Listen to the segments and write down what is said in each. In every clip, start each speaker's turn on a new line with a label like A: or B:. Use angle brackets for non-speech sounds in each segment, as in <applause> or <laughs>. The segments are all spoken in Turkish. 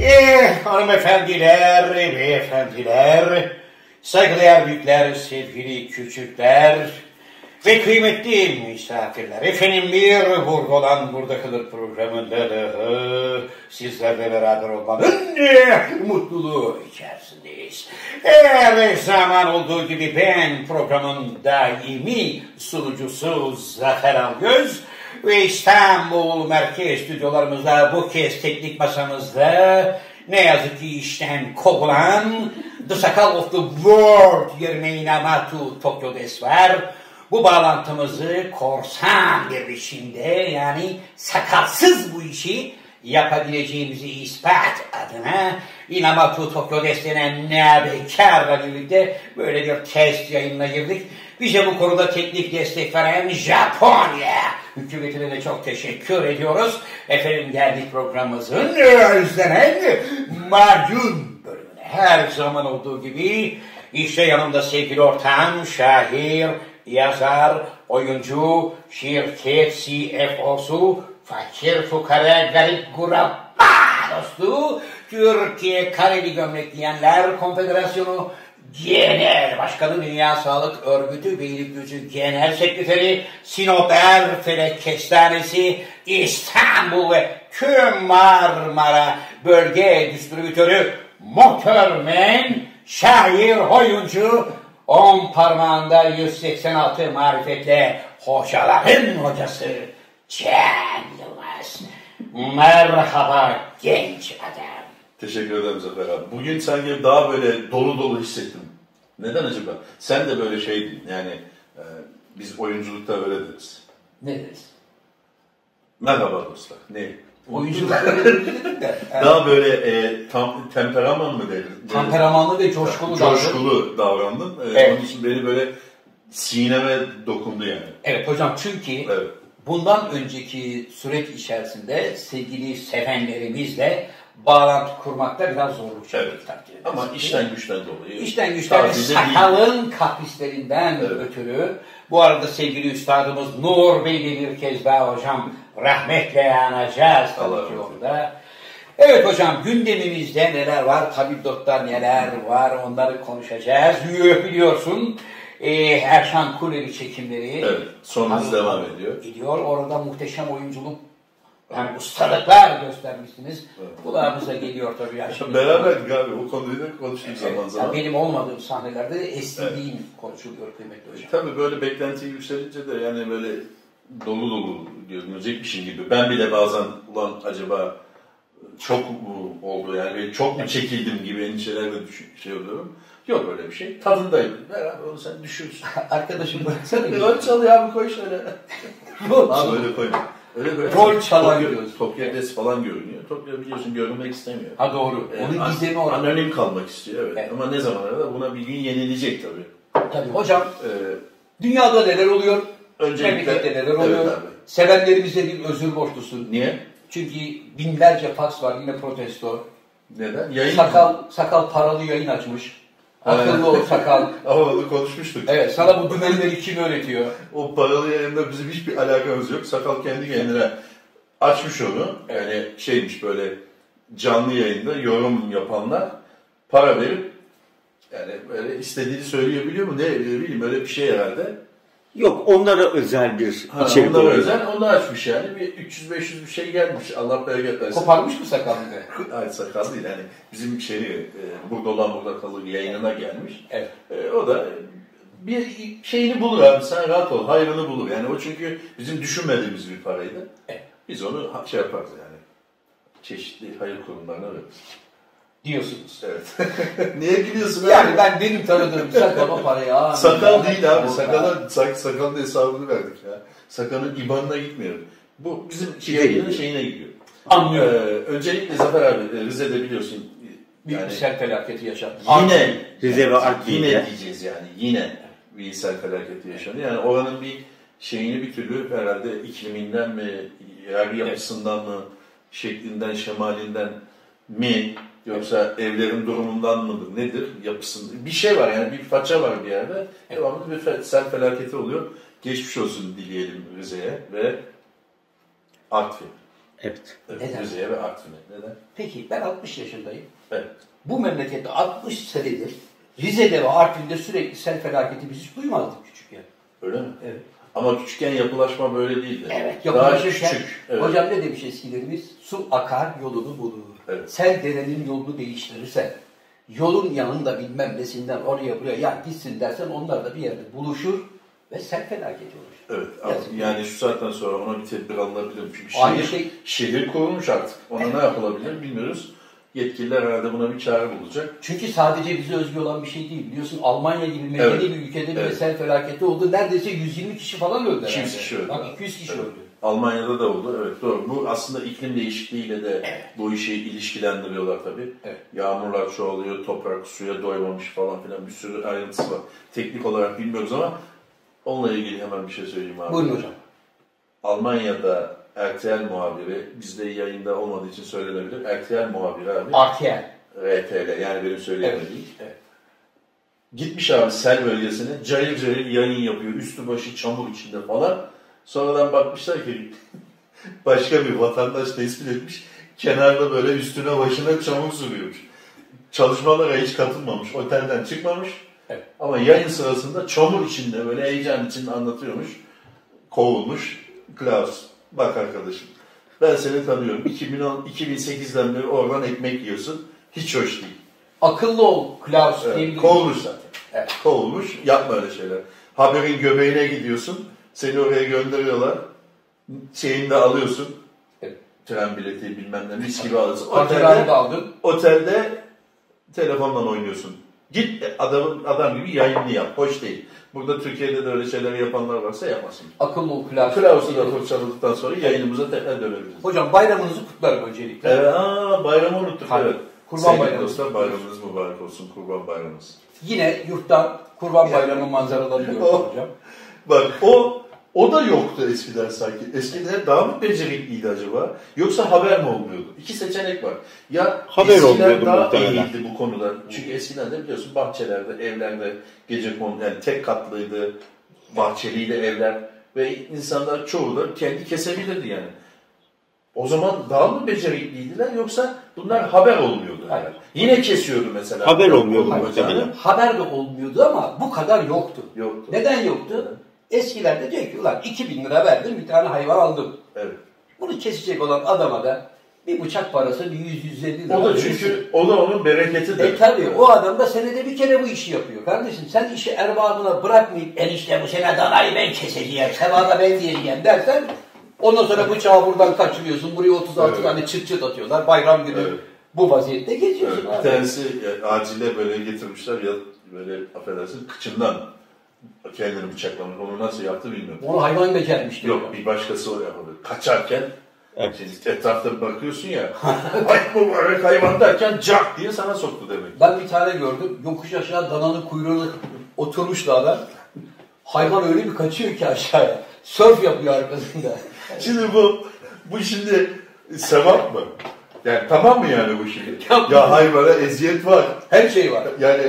A: Eh, Hanımefendiler, beyefendiler, saygıdeğer büyükler, sevgili küçükler ve kıymetli misafirler. Efendim bir burada olan burada kalır programında da hı, sizlerle beraber olmanın e, mutluluğu içerisindeyiz. Eğer zaman olduğu gibi ben programın daimi sunucusu Zafer Algöz ve İstanbul merkez stüdyolarımızda bu kez teknik masamızda ne yazık ki işten kovulan The Sakal of the World yerine Inamatu Tokyo Des var. Bu bağlantımızı korsan bir biçimde yani sakalsız bu işi yapabileceğimizi ispat adına Inamatu Tokyo Des denen nabekarla birlikte böyle bir test yayınına girdik. Bize bu konuda teknik destek veren Japonya hükümetine de çok teşekkür ediyoruz. Efendim geldik programımızın özlenen macun bölümüne. Her zaman olduğu gibi işte yanımda sevgili ortağım, şair, yazar, oyuncu, şirket CFO'su, fakir, fukara, garip, guraba dostu, Türkiye Kareli Gömlek Giyenler Konfederasyonu Genel Başkanı Dünya Sağlık Örgütü Beylikdüzü Genel Sekreteri Sinop Erfelek Kestanesi İstanbul ve tüm Marmara Bölge Distribütörü Motormen Şair Oyuncu On parmağında 186 marifetle hocaların hocası Can Yılmaz. Merhaba genç adam.
B: Teşekkür ederim Zafer abi. Bugün sanki daha böyle dolu dolu hissettim. Neden acaba? Sen de böyle şeydin. Yani e, biz oyunculukta öyle deriz.
A: Ne dersin?
B: Merhaba dostlar. Ne? <laughs>
A: Oyunculuk öğretmenlik de. Yani
B: Daha böyle e, tam temperaman mı denir?
A: temperamanlı ve coşkulu davranış.
B: Coşkulu davrandım. E,
A: Evet.
B: Onun için beni böyle sineme dokundu yani.
A: Evet hocam çünkü
B: Evet.
A: bundan önceki süreç içerisinde sevgili sevenlerimizle bağlantı kurmakta biraz zorluk çektik
B: Evet.
A: takdir edersiniz.
B: Ama işten güçten dolayı.
A: İşten güçten
B: Taze değil.
A: sakalın kaprislerinden ötürü. Bu arada sevgili üstadımız Nur Bey'i bir kez daha hocam rahmetle anacağız
B: Allah
A: tabii ki
B: rahmet
A: orada. Evet hocam gündemimizde neler var, tabipdotta neler var onları konuşacağız. Yuh, Biliyorsun e, Erşan Kuleri çekimleri
B: Evet. Sonumuz
A: Tabii.
B: devam ediyor.
A: gidiyor. Orada muhteşem oyunculuk yani ustalıklar göstermişsiniz. Kulağımıza geliyor tabii. Yani şimdi-
B: Beraberdik abi. O konuyu da konuştuk zaman zaman.
A: yani benim olmadığım sahnelerde esnediğim konuşuluyor kıymetli hocam.
B: E, Tabii böyle beklenti yükselince de yani böyle dolu dolu görünecekmişim gibi. Ben bile bazen ulan acaba çok mu oldu yani böyle çok mu çekildim gibi endişelerle düşün, şey oluyorum. Yok öyle bir şey. Tadındayım. Ver abi onu sen
A: <laughs>
B: düşürsün.
A: Arkadaşım bıraksana.
B: Sen
A: bir-
B: rol çalıyor abi koy şöyle.
A: Rol
B: Abi
A: çalıyor.
B: öyle koyma. Öyle böyle.
A: Rol çalan
B: Tokyo-
A: diyorsun.
B: Tokyo Des falan görünüyor. Tokyo biliyorsun görünmek istemiyor.
A: Ha doğru.
B: Ee,
A: Onun
B: an-
A: gizemi orada.
B: Anonim kalmak istiyor evet.
A: Evet.
B: Ama ne zamana kadar buna bir gün yenilecek tabii.
A: Tabii. Hocam
B: Ee,
A: dünyada neler oluyor?
B: öncelikle...
A: Memlekette neler
B: Evet
A: oluyor?
B: abi.
A: Sevenlerimize bir özür borçlusun.
B: Niye?
A: Çünkü binlerce fax var yine protesto.
B: Neden? Yayın
A: Sakal sakal paralı yayın açmış. Akıllı ol
B: <laughs>
A: sakal.
B: Ama onu konuşmuştuk.
A: Evet sana bu dümenleri kim öğretiyor?
B: O paralı yayında bizim hiçbir alakamız yok. Sakal kendi kendine açmış onu. Yani şeymiş böyle canlı yayında yorum yapanlar para verip yani böyle istediğini söyleyebiliyor mu? Ne bileyim öyle bir şey herhalde.
C: Yok onlara özel bir
B: Ha,
C: içerik
B: ondan
C: oluyor.
B: özel onu açmış yani. Bir 300-500 bir şey gelmiş. Allah bereket versin.
A: Koparmış mı sakalını? de?
B: Hayır sakal değil yani bizim şeyi e, burada olan burada kalır yayınına gelmiş.
A: Evet.
B: E, o da bir şeyini bulur abi sen rahat ol hayrını bulur. Yani o çünkü bizim düşünmediğimiz bir paraydı.
A: Evet.
B: Biz onu ha- şey yaparız yani. Çeşitli hayır kurumlarına veririz.
A: Diyorsunuz.
B: Evet. <laughs> Niye gülüyorsun abi?
A: Yani ben benim tanıdığım sakala parayı. aa,
B: Sakal
A: bilmem ne
B: değil abi.
A: oldu.
B: Sakala, sak, sakalın hesabını verdik ya. Sakalın ibanına gitmiyor. Bu bizim
C: Şeye
B: yayının
C: gidiyor.
B: şeyine gidiyor.
A: Anlıyorum.
B: Ee, öncelikle Zafer abi e, Rize'de biliyorsun. e,
A: Büyük bir şey sel felaketi yaşattı.
B: Yine
C: Rize ve Artvin'de.
B: Yine diyeceğiz yani yine bir insan felaketi yaşandı. Yani oranın bir şeyini bir türlü herhalde ikliminden mi, yer yapısından mı, şeklinden, şemalinden mi yoksa evlerin durumundan mıdır, nedir yapısında bir şey var yani bir faça var bir yerde. Devamlı bir fe- sel felaketi oluyor. Geçmiş olsun dileyelim Rize'ye ve Artvin.
C: Evet.
A: Neden?
B: Rize'ye ve Artvin'e. Neden?
A: Peki ben 60 yaşındayım.
B: Evet.
A: Bu memlekette 60 senedir Rize'de ve Artvin'de sürekli sel felaketi biz hiç duymadık küçükken.
B: Öyle mi?
A: Evet.
B: Ama küçükken yapılaşma böyle değildi.
A: Evet.
B: Daha
A: yapılaşırken-
B: küçük. Evet.
A: Hocam ne demiş eskilerimiz? Su akar yolunu bulur.
B: Evet.
A: Sen derenin yolunu değiştirirsen, yolun yanında bilmem nesinden oraya buraya ya gitsin dersen onlar da bir yerde buluşur ve sel felaketi olur.
B: Evet, ama
A: Yazık.
B: yani şu saatten sonra ona bir tedbir alınabilir. mi? Çünkü
A: Aynı
B: şehir,
A: şey-
B: şehir kurulmuş artık. Ona ne yapılabilir bilmiyoruz. Yetkililer herhalde buna bir çare bulacak.
A: Çünkü sadece bize özgü olan bir şey değil. Biliyorsun Almanya gibi medeni
B: Evet.
A: bir ülkede bile
B: Evet.
A: sel felaketi oldu. Neredeyse 120 kişi falan öldü.
B: 200
A: herhalde.
B: kişi öldü.
A: Bak 200 kişi
B: Evet.
A: öldü.
B: Almanya'da da oldu. Evet doğru. Bu aslında iklim değişikliğiyle de bu işi ilişkilendiriyorlar tabii.
A: Evet.
B: Yağmurlar çoğalıyor, toprak suya doymamış falan filan bir sürü ayrıntısı var. Teknik olarak bilmiyoruz ama onunla ilgili hemen bir şey söyleyeyim abi.
A: Buyurun hocam.
B: Almanya'da RTL muhabiri, bizde yayında olmadığı için söylenebilir. RTL muhabiri abi.
A: Artiyer.
B: RTL yani benim söyleyemediğim.
A: Evet.
B: Gitmiş abi sel bölgesine cayır cayır yayın yapıyor. Üstü başı çamur içinde falan. Sonradan bakmışlar ki <laughs> başka bir vatandaş tespit etmiş. Kenarda böyle üstüne başına çamur sürüyormuş. Çalışmalara hiç katılmamış. Otelden çıkmamış.
A: Evet.
B: Ama yayın sırasında çamur içinde böyle heyecan içinde anlatıyormuş. Kovulmuş. Klaus bak arkadaşım ben seni tanıyorum. 2010, 2008'den beri oradan ekmek yiyorsun. Hiç hoş değil.
A: Akıllı ol Klaus
B: Evet,
A: diyebilirim.
B: kovulmuş zaten.
A: Evet.
B: Kovulmuş. Yapma öyle şeyler. Haberin göbeğine gidiyorsun. Seni oraya gönderiyorlar. Şeyini de alıyorsun.
A: Evet.
B: Tren bileti bilmem ne mis gibi alıyorsun.
A: Hatıranı
B: Otelde,
A: da aldın.
B: otelde telefonla oynuyorsun. Git adamın adam gibi yayını yap. Hoş değil. Burada Türkiye'de de öyle şeyler yapanlar varsa yapmasın.
A: Akıllı ol Klaus.
B: Klaus'u da fırçaladıktan sonra yayınımıza tekrar dönebiliriz.
A: Hocam bayramınızı kutlarım öncelikle.
B: Evet, aa, bayramı unuttuk.
A: Hayır.
B: Evet.
A: Kurban
B: Sevgili
A: bayramı.
B: dostlar bayramınız mübarek olsun. Kurban bayramınız.
A: Yine yurttan Kurban Bayramı manzaraları görüyoruz
B: Oh.
A: hocam.
B: Bak o o da yoktu eskiden sanki. Eskiden daha mı becerikliydi acaba? Yoksa haber mi olmuyordu? İki seçenek var. Ya
C: Haber
B: eskiden
C: olmuyordu
B: daha
C: muhtemelen.
B: iyiydi bu konuda. Çünkü eskiden de biliyorsun bahçelerde, evlerde gece konu yani tek katlıydı. Bahçeliydi evler ve insanlar çoğu da kendi kesebilirdi yani. O zaman daha mı becerikliydiler yoksa bunlar haber olmuyordu.
A: Hayır.
B: herhalde. Yine kesiyordu mesela.
C: Haber olmuyordu
B: Bacağını.
C: muhtemelen.
A: Haber de olmuyordu ama bu kadar yoktu.
B: Yoktu.
A: Neden yoktu? Eskilerde diyor ki ulan 2000 lira verdim bir tane hayvan aldım.
B: Evet.
A: Bunu kesecek olan adama da bir bıçak parası bir 100-150 lira.
B: O da
A: verirsin.
B: çünkü o da onun bereketi de.
A: E tabi o adam da senede bir kere bu işi yapıyor. Kardeşim sen işi erbabına bırakmayıp enişte bu sene danayı ben keseceğim, sevada ben diyeceğim dersen ondan sonra bıçağı buradan kaçırıyorsun. Buraya 36
B: Evet.
A: tane çıt çıt atıyorlar. Bayram günü
B: Evet.
A: bu vaziyette
B: Evet,
A: geziyorsun
B: bir
A: abi.
B: tanesi e, acile böyle getirmişler ya böyle affedersin kıçından kendini bıçaklamış. Onu nasıl yaptı bilmiyorum.
A: Onu hayvan becermiş diyor.
B: Yok bir başkası o yapabilir. Kaçarken
C: Evet.
B: şimdi etrafta bir bakıyorsun ya. <laughs> Ay bu böyle hayvan derken cak diye sana soktu demek.
A: Ben bir tane gördüm. Yokuş aşağı dananın kuyruğuna oturmuş da adam. Hayvan öyle bir kaçıyor ki aşağıya. Sörf yapıyor arkasında.
B: Şimdi bu bu şimdi sevap mı? Yani tamam mı yani bu şimdi?
A: Tamam.
B: Ya hayvana eziyet var.
A: Her şey var.
B: Yani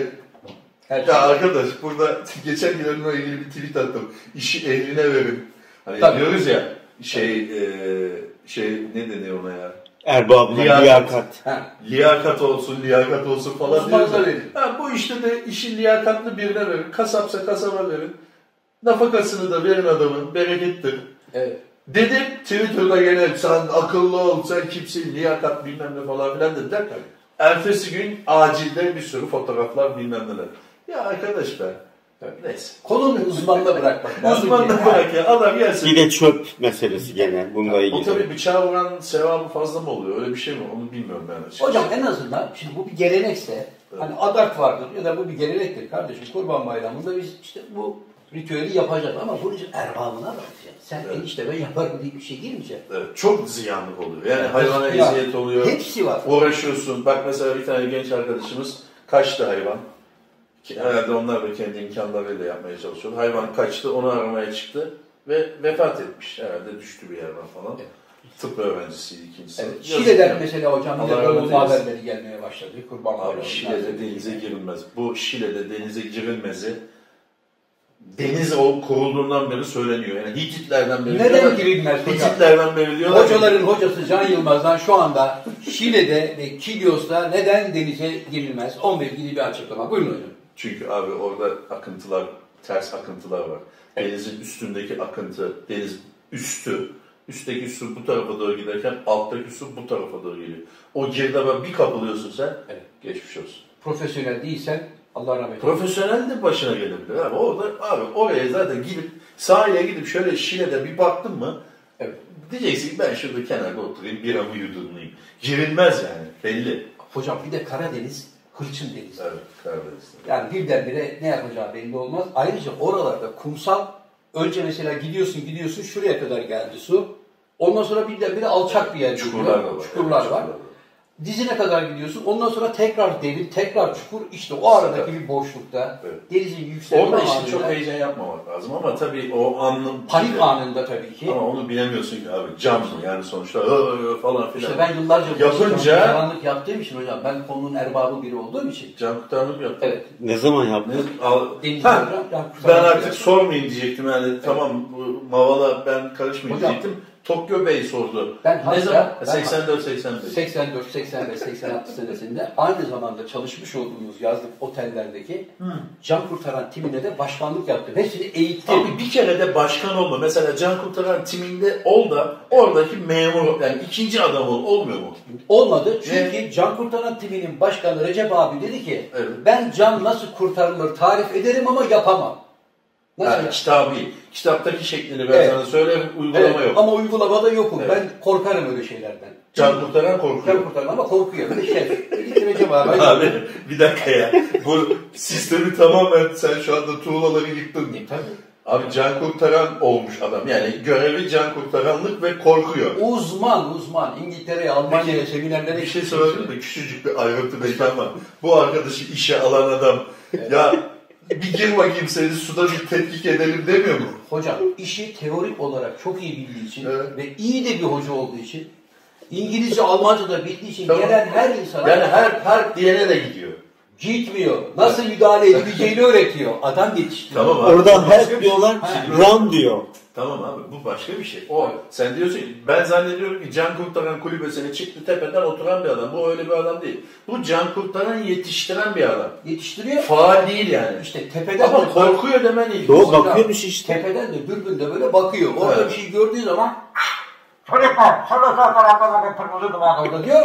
A: Her şey.
B: Ya arkadaş burada <laughs> geçen gün onunla ilgili bir tweet attım. İşi eline verin. Hani
A: Tabii.
B: diyoruz ya şey e, şey ne deniyor ona ya?
C: Erbabına
B: Liyakat.
C: liyakat.
A: Ha.
B: Liyakat olsun, liyakat olsun falan
A: Uzmanına
B: diyoruz ya.
A: verin.
B: Ha, bu işte de işi liyakatlı birine verin. Kasapsa kasaba verin. Nafakasını da verin adamın. Berekettir.
A: Evet.
B: Dedim Twitter'da gene sen akıllı ol, sen kimsin, liyakat bilmem ne falan filan dediler. Ertesi gün acilde bir sürü fotoğraflar bilmem neler. Ya arkadaş be. Neyse.
A: Konunun uzmanına bırakmak lazım.
B: Uzmanlık
A: ki.
B: bırak ya. Adam gelsin.
C: Bir de çöp meselesi gene bununla
B: O
C: ilgili.
B: tabii bıçağı vuran sevabı fazla mı oluyor? Öyle bir şey mi? Onu bilmiyorum ben açıkçası.
A: Hocam en azından şimdi bu bir gelenekse hani adak vardır ya da bu bir gelenektir kardeşim kurban bayramında biz işte bu ritüeli yapacağız ama bunu erbabına bırakacaksın. Sen
B: Evet.
A: enişte ben yaparım diye bir şey girmeyeceksin.
B: Evet, çok ziyanlık oluyor. Yani hayvana
A: Ya,
B: eziyet oluyor.
A: Hepsi var.
B: Uğraşıyorsun. Bak mesela bir tane genç arkadaşımız kaçtı hayvan. Ki Herhalde onlar da kendi imkanlarıyla yapmaya çalışıyor. Hayvan kaçtı, onu aramaya çıktı ve vefat etmiş. Herhalde düştü bir yerden falan.
A: Evet.
B: Tıp öğrencisiydi ikincisi.
A: Evet.
B: Yazık
A: Şile'den
B: yani.
A: mesela hocam bize
B: Allah razı
A: ölüm
B: olsun.
A: haberleri gelmeye başladı. Kurban
B: Abi
A: bayramı.
B: Şile'de denize girilmez. Bu Şile'de denize girilmezi deniz o kurulduğundan beri söyleniyor. Yani Hititlerden beri
A: Neden
B: diyorlar ki-
A: girilmez hocam?
B: Hititlerden beri diyorlar. ki-
A: Hocaların hocası Can Yılmaz'dan şu anda Şile'de ve Kilyos'ta neden denize girilmez? 11 gibi bir açıklama. Buyurun hocam.
B: Çünkü abi orada akıntılar, ters akıntılar var. Denizin üstündeki akıntı, deniz üstü, üstteki su bu tarafa doğru giderken alttaki su bu tarafa doğru geliyor. O girdaba bir kapılıyorsun sen,
A: Evet.
B: geçmiş olsun.
A: Profesyonel değilsen Allah rahmet eylesin.
B: Profesyonel de başına gelebilir abi. Orada abi oraya zaten gidip sahile gidip şöyle Şile'de bir baktın mı
A: Evet.
B: diyeceksin ki ben şurada kenarda oturayım biramı yudumlayayım. Girilmez yani belli.
A: Hocam bir de Karadeniz hırçın deniz.
B: Evet, Karadeniz'de.
A: Yani birdenbire ne yapacağı belli olmaz. Ayrıca oralarda kumsal önce mesela gidiyorsun gidiyorsun şuraya kadar geldi su. Ondan sonra birdenbire alçak bir yer
B: Çukurlar da
A: geliyor.
B: var.
A: Çukurlar
B: Evet,
A: var. Dizine kadar gidiyorsun. Ondan sonra tekrar derin, tekrar çukur. İşte o aradaki bir boşlukta
B: Evet.
A: denizin yükselme
B: Orada işte çok
A: anında-
B: heyecan yapmamak lazım ama tabii o anın
A: Panik anında tabii ki.
B: Ama onu bilemiyorsun ki abi cam mı yani sonuçta "Ö, ö, ö" falan filan.
A: İşte ben yıllarca bu
B: Yapınca-
A: işi yalanlık yaptığım için hocam ben konunun erbabı biri olduğum için.
B: Cam kurtarma yaptı.
A: Evet.
C: Ne zaman yaptın?
B: Ne, al,
A: Deniz
B: Ha,
A: hocam. ya kusura
B: ben
A: bakmayın.
B: artık sormayayım diyecektim yani tamam bu Mavala ben karışmayayım
A: Hocam.
B: diyecektim. Tokyo Bey sordu.
A: Ben hatta-
B: ne zaman?
A: ben-
B: 84 85.
A: 84, 85, 86 senesinde aynı zamanda çalışmış olduğumuz yazlık otellerdeki can kurtaran timine de başkanlık yaptım. Hepsini eğittim.
B: Abi bir kere de başkan olma. Mesela can kurtaran timinde ol da oradaki memur yani ikinci adam ol. Olmuyor mu?
A: Olmadı çünkü can kurtaran timinin başkanı Recep abi dedi ki
B: Ee? Evet.
A: ben can nasıl kurtarılır tarif ederim ama yapamam. Nasıl
B: Yani
A: yap-
B: kitabi. Kitaptaki şeklini ben
A: Evet.
B: sana söyleyeyim. Uygulama
A: Evet,
B: yok.
A: Ama uygulamada yokum.
B: Evet.
A: Ben korkarım öyle şeylerden.
B: Can kurtaran korkuyor.
A: Can kurtaran ama korkuyor. Bir şey. Gitti Recep abi.
B: Abi bir dakika ya. Bu sistemi tamamen sen şu anda tuğlaları yıktın.
A: Tabii.
B: Abi can kurtaran olmuş adam. Yani görevi can kurtaranlık ve korkuyor.
A: Uzman uzman. İngiltere'ye, Almanya'ya seminerlere
B: Bir şey sorabilir mi? Küçücük bir ayrıntı beklen var. Bu arkadaşı işe alan adam. Ya bir gir bakayım seni suda bir tetkik edelim demiyor mu?
A: Hocam işi teorik olarak çok iyi bildiği için
B: Evet.
A: ve iyi de bir hoca olduğu için İngilizce, Almanca da bildiği için
B: Tamam.
A: gelen her insana
B: Yani her her diyene de gidiyor.
A: gitmiyor. Nasıl müdahale edileceğini öğretiyor. Adam yetiştiriyor.
B: Tamam abi.
C: Oradan
B: Başka bir
C: help
B: şey.
C: diyorlar, run diyor.
B: Tamam abi bu başka bir şey. O sen diyorsun ki ben zannediyorum ki can kurtaran kulübesine çıktı tepeden oturan bir adam. Bu öyle bir adam değil. Bu can kurtaran yetiştiren bir adam.
A: Yetiştiriyor.
B: Faal değil yani.
A: İşte tepeden
B: Ama
A: de,
B: korkuyor demen ilginç.
C: Doğru bakıyormuş işte.
A: tepeden de dürbün de böyle bakıyor. Orada
B: Evet.
A: bir şey gördüğü zaman
D: Sorry, Paul. Solo so para para para para para para
A: orada diyor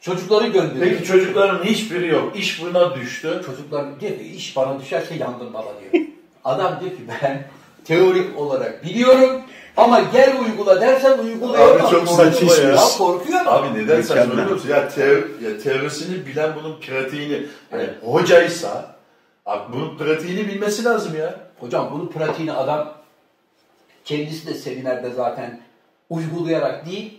A: çocukları gönderiyor.
B: Peki çocukların hiçbiri yok. İş buna düştü.
A: Çocuklar diyor ki iş bana düşerse yandım baba diyor. Adam diyor ki ben teorik olarak biliyorum ama gel uygula dersen uygulayamam.
B: Abi çok
A: Korkuyor
B: saçma ya.
A: Ya korkuyor mu?
B: Abi neden sen
C: Mükemmel.
B: söylüyor musun? Ya, teor- ya teorisini bilen bunun pratiğini, hani hocaysa abi bunun pratiğini bilmesi lazım ya.
A: Hocam bunun pratiğini adam kendisi de seminerde zaten uygulayarak değil,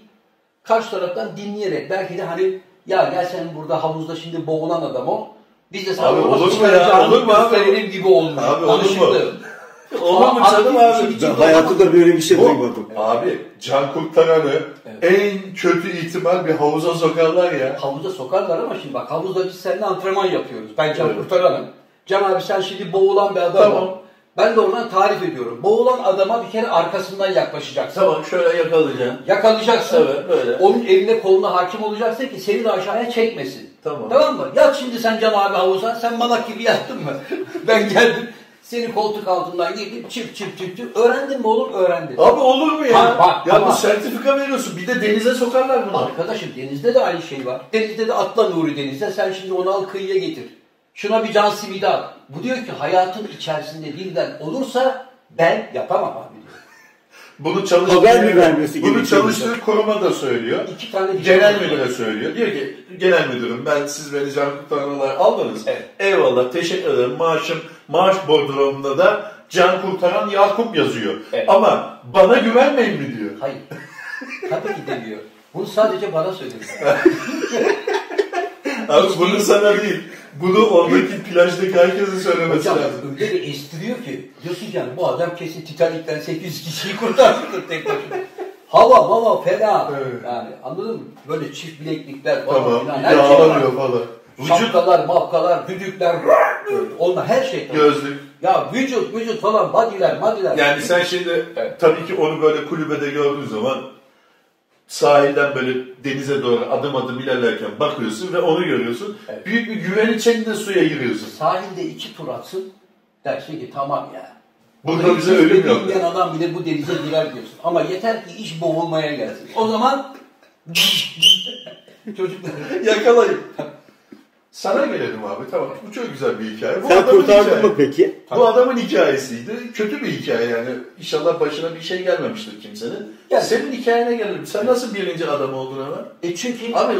A: karşı taraftan dinleyerek belki de hani ya gel sen burada havuzda şimdi boğulan adam o. Biz de sana
B: Abi
A: nasıl
B: olur mu ya?
A: çıkaracağını
B: Olur mu abi?
A: gösterelim gibi olmuş.
B: Abi olur mu?
A: Alışıldı.
B: Olur mu
A: Aa,
B: canım
A: abi,
B: abi?
A: bir şey-
C: Ben hayatımda böyle bir şey
B: Bu-
C: duymadım.
B: Abi can kurtaranı en kötü ihtimal bir havuza sokarlar ya.
A: Havuza sokarlar ama şimdi bak havuzda biz seninle antrenman yapıyoruz. Ben Can
B: Evet.
A: Kurtaran'ım. Can abi sen şimdi boğulan bir adam.
B: Tamam.
A: ol. Ben de oradan tarif ediyorum. Boğulan adama bir kere arkasından yaklaşacaksın.
B: Tamam şöyle yakalayacaksın.
A: Yakalayacaksın.
B: Evet, böyle.
A: Onun eline koluna hakim olacaksın ki seni de aşağıya çekmesin.
B: Tamam.
A: Tamam mı? Yat şimdi sen Can abi havuza. Sen malak gibi yattın mı? <laughs> ben geldim. Seni koltuk altından girdim. Çip çip çip çip. Öğrendin mi oğlum? Öğrendin.
B: Abi olur mu ya?
A: Bak, bak,
B: ya
A: tamam.
B: bu sertifika veriyorsun. Bir de denize sokarlar bunu.
A: Arkadaşım denizde de aynı şey var. Denizde de atla Nuri denize. Sen şimdi onu al kıyıya getir. Şuna bir can simidi at. Bu diyor ki hayatın içerisinde birden olursa ben yapamam abi diyor.
B: Bunu çalıştığı,
C: Haber mi vermesi
B: bunu
C: gerekiyor?
B: çalıştığı kuruma da söylüyor.
A: İki tane şey
B: Genel müdüre söylüyor. Diyor ki genel müdürüm ben siz beni can kurtaranlar aldınız.
A: Evet.
B: Eyvallah teşekkür ederim. Maaşım maaş bodrumunda da can kurtaran Yakup yazıyor.
A: Evet.
B: Ama bana güvenmeyin mi diyor.
A: Hayır. Tabii ki demiyor. Bunu sadece bana söylüyor.
B: Abi bunu sana değil. Bunu oradaki plajdaki herkese söylemesi
A: Hocam
B: lazım.
A: öyle bir estiriyor ki diyorsun ki yani bu adam kesin Titanik'ten 800 kişiyi <laughs> kurtarmıştır tek başına. Hava hava fena.
B: Evet.
A: Yani anladın mı? Böyle çift bileklikler falan
B: Tamam.
A: filan.
B: Bir
A: Her
B: de
A: şey var.
B: ağlamıyor falan. Vücut
A: Şapkalar, mapkalar, düdükler, onlar her şey.
B: gözlük.
A: Ya vücut vücut falan badiler madiler.
B: Yani sen şimdi
A: Evet.
B: tabii ki onu böyle kulübede gördüğün zaman sahilden böyle denize doğru adım adım ilerlerken bakıyorsun ve onu görüyorsun.
A: Evet.
B: Büyük bir güven içinde suya giriyorsun.
A: Sahilde iki tur atsın dersin ki tamam ya.
B: Burada bize
A: hiç
B: ölüm yok.
A: bilmeyen adam bile bu denize girer diyorsun. Ama yeter ki iş boğulmaya gelsin. O zaman <laughs> çocuklar
B: Yakalayın. Sana gelelim abi tamam. Bu çok güzel bir hikaye. Bu
C: Sen
B: adamın
C: kurtardın
B: hikayesi.
C: mı peki?
B: Bu adamın hikayesiydi. Kötü bir hikaye yani. İnşallah başına bir şey gelmemiştir kimsenin.
A: Gel.
B: Senin hikayene gelelim. Sen nasıl birinci adam oldun ama?
A: e çünkü
B: Abi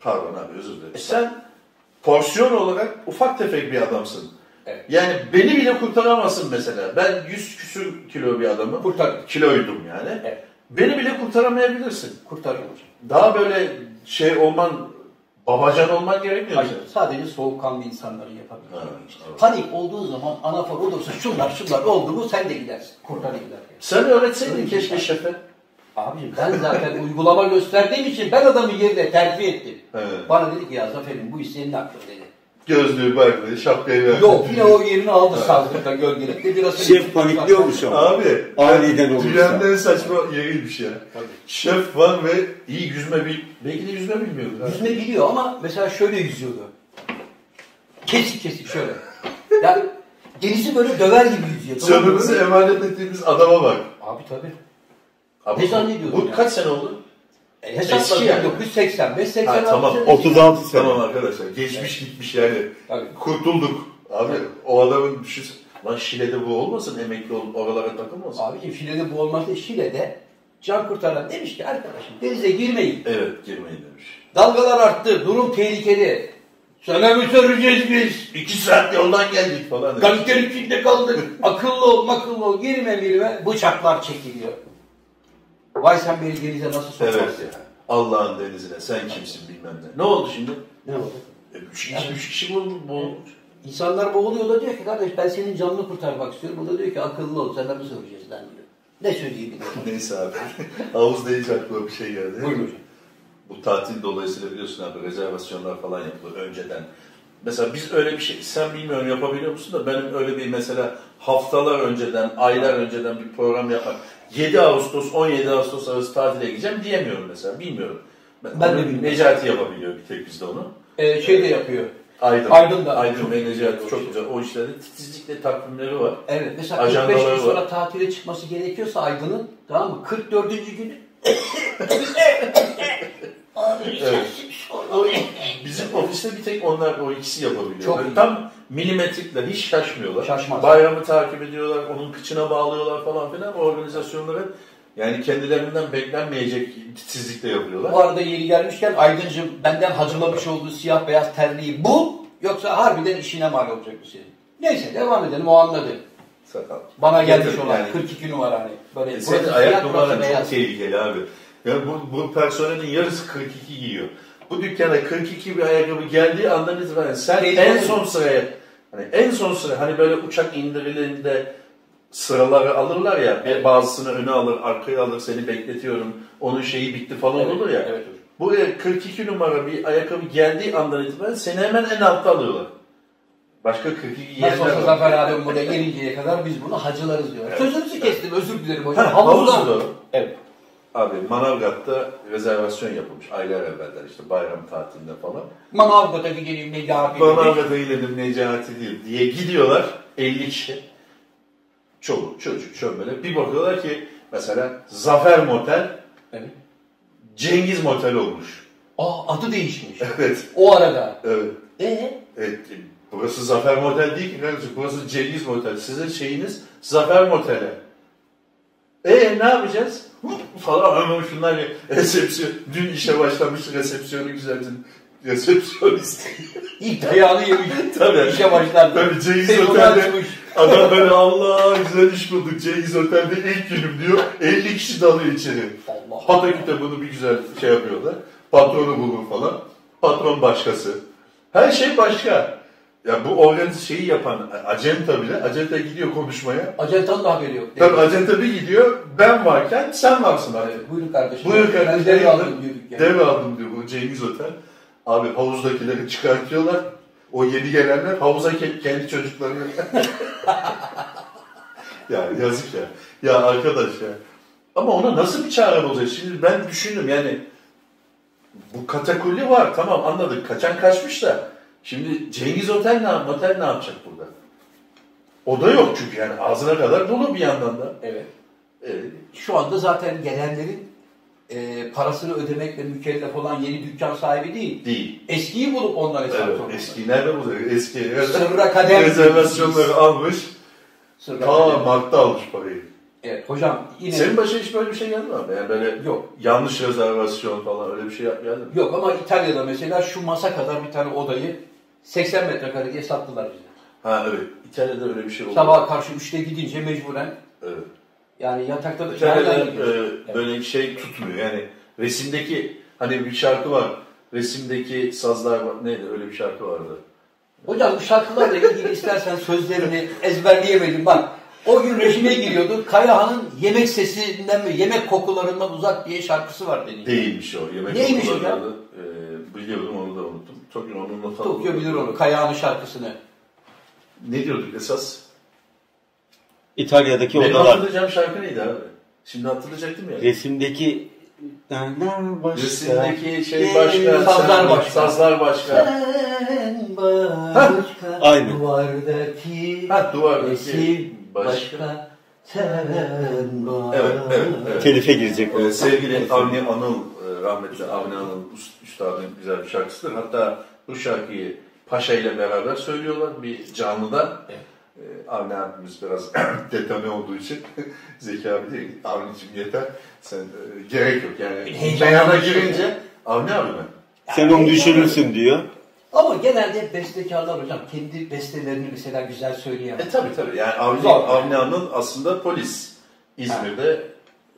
B: pardon abi özür
A: E
B: dilerim. Sen porsiyon olarak ufak tefek bir adamsın.
A: Evet.
B: Yani beni bile kurtaramazsın mesela. Ben 100 küsür kilo bir adamım.
A: Kurtar.
B: Kiloydum yani.
A: Evet.
B: Beni bile kurtaramayabilirsin.
A: kurtarıyor hocam.
B: Daha böyle şey olman, babacan olman gerekmiyor.
A: Hayır,
B: senin.
A: sadece soğukkanlı insanların yapabildiği
B: Ha,
A: işte.
B: evet.
A: Panik olduğu zaman anafor olursa şunlar şunlar oldu mu sen de gidersin. Kurtar gider.
B: Sen öğretseydin keşke şefe.
A: Abicim ben zaten uygulama gösterdiğim için ben adamı yerine terfi ettim.
B: Evet.
A: Bana dedi ki ya Zafer'im bu iş senin hakkın dedi.
B: Gözlüğü, barklığı, şapkayı verdi.
A: Yok yine o yerini aldı sandıkta gölgelikte biraz.
C: Şef panikliyormuş ama.
B: Abi.
C: Aniden olursa.
B: Dünyanın en saçma yeriymiş ya.
A: Tabii.
B: Şef var ve iyi yüzme bil... Belki de yüzme bilmiyordur. ha.
A: Yüzme biliyor ama mesela şöyle yüzüyordu. Kesik kesik şöyle. Yani denizi böyle döver gibi yüzüyor. tamam mı?
B: Canımızı emanet ettiğimiz adama bak.
A: Abi tabii.
B: Abi,
A: Ne
B: bu-
A: zannediyordun
B: Bu
A: ya?
B: kaç sene oldu?
A: E, hesapla
B: Eski yani.
A: 1985
B: Ha,
A: 86
B: tamam.
A: senesi.
C: 36 sene.
B: Tamam arkadaşlar. Geçmiş gitmiş yani.
A: Tabii.
B: Kurtulduk. Abi
A: Evet.
B: o adamın düşünsene. Lan Şile'de bu olmasın emekli olup oralara takılmasın.
A: Abiciğim Şile'de bu olmazsa Şile'de can kurtaran demiş ki arkadaşım denize girmeyin.
B: Evet girmeyin demiş.
A: Dalgalar arttı, durum tehlikeli. Sana mı soracağız biz?
B: İki saat yoldan geldik falan. demiş.
A: Kanter içinde kaldık. Akıllı ol, makıllı ol. Girme girme. Bıçaklar çekiliyor. Vay sen beni denize nasıl
B: Evet
A: sokarsın?
B: ya. Allah'ın denizine sen kimsin bilmem ne. Ne oldu şimdi?
A: Ne oldu?
B: E, Üç, iki, üç kişi bu, bu.
A: İnsanlar boğuluyor da diyor ki kardeş ben senin canını kurtarmak istiyorum. Bu da diyor ki akıllı ol sana mı soracağız lan diyor. Ne söyleyeyim bir de.
B: Neyse abi. <laughs> Havuz deyince aklıma bir şey geldi.
A: Buyurun hocam.
B: Bu tatil dolayısıyla biliyorsun abi rezervasyonlar falan yapılıyor önceden. Mesela biz öyle bir şey, sen bilmiyorum yapabiliyor musun da benim öyle bir mesela haftalar önceden, aylar önceden bir program yapmak. 7 Ağustos, 17 Ağustos arası tatile gideceğim diyemiyorum mesela, bilmiyorum.
A: Ben de
B: onu
A: bilmiyorum.
B: Necati yapabiliyor bir tek bizde onu.
A: Ee, şey de yapıyor.
B: Aydın.
A: Aydın da.
B: Aydın ve Necati çok güzel. O işlerde titizlikle takvimleri var.
A: Evet mesela
B: Ajandaları
A: 45 gün
B: var.
A: sonra tatile çıkması gerekiyorsa Aydın'ın tamam mı? 44. günü
B: Evet. Bizim ofiste bir tek onlar o ikisi yapabiliyor.
A: Çok
B: Böyle
A: iyi.
B: Tam milimetrikler hiç şaşmıyorlar.
A: Şaşmaz.
B: Bayramı takip ediyorlar, onun kıçına bağlıyorlar falan filan. O organizasyonları yani kendilerinden beklenmeyecek titizlikle yapıyorlar.
A: Bu arada yeri gelmişken Aydıncığım benden hacılamış olduğu siyah beyaz terliği bu yoksa harbiden işine mal olacak bu senin. Neyse devam edelim o anladı.
B: Sakal.
A: Bana gelmiş
B: Getir
A: olan
B: yani.
A: 42 numara hani. Böyle
B: E,
A: burası
B: Senin
A: siyah,
B: ayak
A: burası
B: numaran çok
A: beyaz.
B: tehlikeli abi. Ya bu, bu personelin yarısı 42 giyiyor. Bu dükkana 42 bir ayakkabı geldiği andan itibaren sen
A: Tehlikeli.
B: en son sıraya hani en son sıra hani böyle uçak indirilinde sıraları alırlar ya bir bazısını öne alır arkaya alır seni bekletiyorum onun şeyi bitti falan
A: Evet,
B: olur ya.
A: evet hocam.
B: Buraya 42 numara bir ayakkabı geldiği andan itibaren seni hemen en altta alıyorlar. Başka 42 giyenler
A: Nasıl olsa
B: var.
A: Zafer abim
B: <laughs>
A: buraya gelinceye kadar biz bunu hacılarız diyor. Sözünüzü kestim özür dilerim hocam.
B: Ha, havuzda.
A: Evet.
B: Abi Manavgat'ta rezervasyon yapılmış aylar evvelden işte bayram tatilinde falan.
A: Manavgat'a gidelim Necati abi.
B: Manavgat'a gidelim Necati değil diye gidiyorlar 50 kişi. Çoluk, çocuk, şöyle bir bakıyorlar ki mesela Zafer Motel
A: Evet.
B: Cengiz Motel olmuş.
A: Aa adı değişmiş.
B: Evet.
A: o arada.
B: Evet.
A: Ee?
B: evet. Burası Zafer Motel değil ki kardeşim. Burası Cengiz Motel. Sizin şeyiniz Zafer Motel'e. E ne yapacağız? Hı, Falan hemen şunlar ya. Resepsiyon. Dün işe başlamış resepsiyonu güzeltin. Resepsiyonist.
A: İlk dayağını yemiş.
B: <laughs> Tabii.
A: İşe başlardı.
B: Tabii Cengiz
A: Telefonu
B: Otel'de
A: açmış.
B: adam böyle Allah güzel iş bulduk Cengiz Otel'de ilk günüm diyor. 50 kişi dalıyor içeri.
A: Allah.
B: Pata kitabını bir güzel şey yapıyorlar. Patronu bulur falan. Patron başkası. Her şey başka. Ya bu organize şeyi yapan acenta bile, acenta gidiyor konuşmaya.
A: Acentan da haberi yok.
B: Tabii acenta bir gidiyor, ben varken sen varsın Hani abi.
A: Evet, Buyurun kardeşim.
B: Buyur
A: Ben
B: kardeşim.
A: devraldım diyorduk yani.
B: Devraldım diyor bu Cengiz Otel. Abi havuzdakileri çıkartıyorlar. O yeni gelenler havuza ke- kendi çocuklarını... <laughs> ya yazık ya. Ya arkadaş ya. Ama ona nasıl bir çare bulacağız? Şimdi ben düşündüm yani bu katakulli var tamam anladık kaçan kaçmış da şimdi Cengiz Otel ne, yap- Otel ne yapacak burada? O da yok çünkü yani ağzına kadar dolu bir yandan da.
A: Evet.
B: Evet.
A: Şu anda zaten gelenlerin e, parasını ödemekle mükellef olan yeni dükkan sahibi değil.
B: Değil.
A: Eskiyi bulup ondan hesap
B: Evet,
A: sormak.
B: eski nerede bulacak? Eski
A: Sırra kadem.
B: rezervasyonları almış.
A: Sırra
B: Ta
A: kadem.
B: Mart'ta almış parayı.
A: Evet hocam yine
B: Senin başına hiç böyle bir şey geldi mi abi? Yani böyle
A: yok.
B: yanlış rezervasyon falan öyle bir şey yap- geldi mi?
A: Yok ama İtalya'da mesela şu masa kadar bir tane odayı 80 metrekare diye sattılar bize.
B: Ha evet. İtalya'da öyle bir şey oldu.
A: Sabaha karşı 3'te gidince mecburen
B: Evet.
A: yani yatakta da
B: İtalya'da
A: nereden
B: e,
A: gidiyorsun? Evet.
B: böyle şey tutmuyor yani resimdeki hani bir şarkı var. Resimdeki sazlar var. Neydi öyle bir şarkı vardı.
A: Hocam bu şarkılarla ilgili istersen sözlerini ezberleyemedim bak. O gün rejime giriyordu. Kayahan'ın yemek sesinden mi, yemek kokularından uzak diye şarkısı var dedi.
B: Değilmiş o. Yemek
A: Neymiş
B: okulları
A: hocam?
B: vardı. E, biliyordum onu da unuttum. Çok iyi onu not aldım.
A: Tokyo bilir onu, Kayahan'ın şarkısını.
B: Ne diyorduk esas?
E: İtalya'daki
B: Benim
E: odalar.
B: hatırlayacağım şarkı neydi abi? Şimdi hatırlayacaktım ya.
E: Resimdeki Dağlar başka.
B: Resimdeki şey başka,
A: Sazlar
B: sen-
A: başka.
B: Sazlar başka.
A: Sen başka,
E: aynı.
A: duvardaki
B: Ha duvar
A: resim
B: başka.
A: başka, sen başka.
B: Evet, evet, evet.
E: Telife girecek.
B: Ee, sevgili Avni Anıl, e, rahmetli Avni Anıl üst- üstadın güzel bir şarkısıdır. Hatta bu şarkıyı Paşa ile beraber söylüyorlar bir canlıda.
A: Evet.
B: Ee, Avni abimiz biraz <coughs> detone olduğu için <laughs> Zeki abi diyor ki Avni'cim yeter. Sen e, gerek yok yani.
A: Heyecanlanmış
B: Beyana
A: oluyor.
B: girince Avni abi mi?
E: Sen onu düşürürsün diyor.
A: Ama genelde bestekarlar hocam kendi bestelerini mesela güzel söyleyemez.
B: E tabi tabi yani Avni,
A: Zor.
B: Avni Han'ın aslında polis. İzmir'de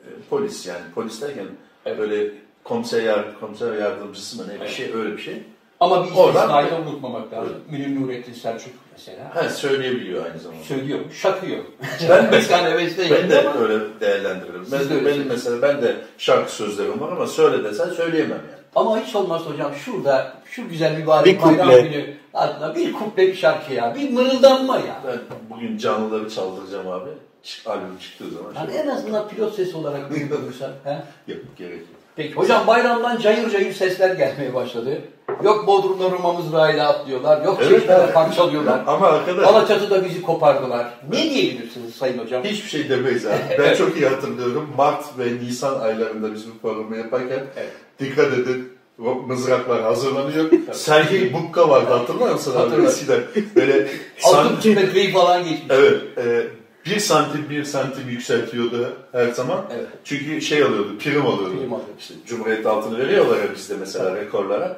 B: e, polis yani polis derken
A: Evet.
B: böyle komiser, yar- komiser yardımcısı mı ne bir şey öyle bir şey.
A: Ama bir
B: Oradan-
A: istisnayı da unutmamak lazım. Münir Nurettin Selçuk mesela.
B: Ha söyleyebiliyor aynı zamanda.
A: Söylüyor, şakıyor.
B: <laughs> Ben de-
A: bir tane beste
B: Ben
A: yapıyor
B: de
A: ama
B: öyle değerlendiririm.
A: Siz
B: Ben,
A: de öyle
B: benim mesela ben de şarkı sözlerim var ama söyle desen söyleyemem yani.
A: Ama hiç olmazsa hocam şurada şu güzel mübarek
E: Bir
A: bayram
E: kuple.
A: günü adına bir kuple bir şarkı ya. Bir mırıldanma ya.
B: Ben bugün canlıları çaldıracağım abi. Çık, albüm çıktığı zaman.
A: Yani
B: Şey,
A: en azından pilot sesi olarak duyulursa. he?
B: yok gerek yok.
A: Peki hocam bayramdan cayır cayır sesler gelmeye başladı. Yok Bodrum'da Rumamız Rahil'e atlıyorlar. Yok
B: Evet,
A: Çeşme'de
B: evet.
A: parçalıyorlar.
B: Ama arkadaş
A: Alaçatı'da bizi kopardılar. Ne diyebilirsiniz sayın hocam?
B: Hiçbir şey demeyiz abi. Ben çok iyi hatırlıyorum. Mart ve Nisan aylarında biz bu programı yaparken
A: Evet.
B: dikkat edin o mızraklar hazırlanıyor. Sergey Bukka vardı hatırlar mısın abi
A: Hatırlarım.
B: eskiden? Böyle san-
A: <laughs> Altın kilometreyi falan geçmiş.
B: evet, e, bir santim bir santim yükseltiyordu her zaman.
A: Evet.
B: Çünkü şey alıyordu, prim alıyordu.
A: Prim alıyordu.
B: İşte Cumhuriyet altını veriyorlar ya bizde mesela rekorlara.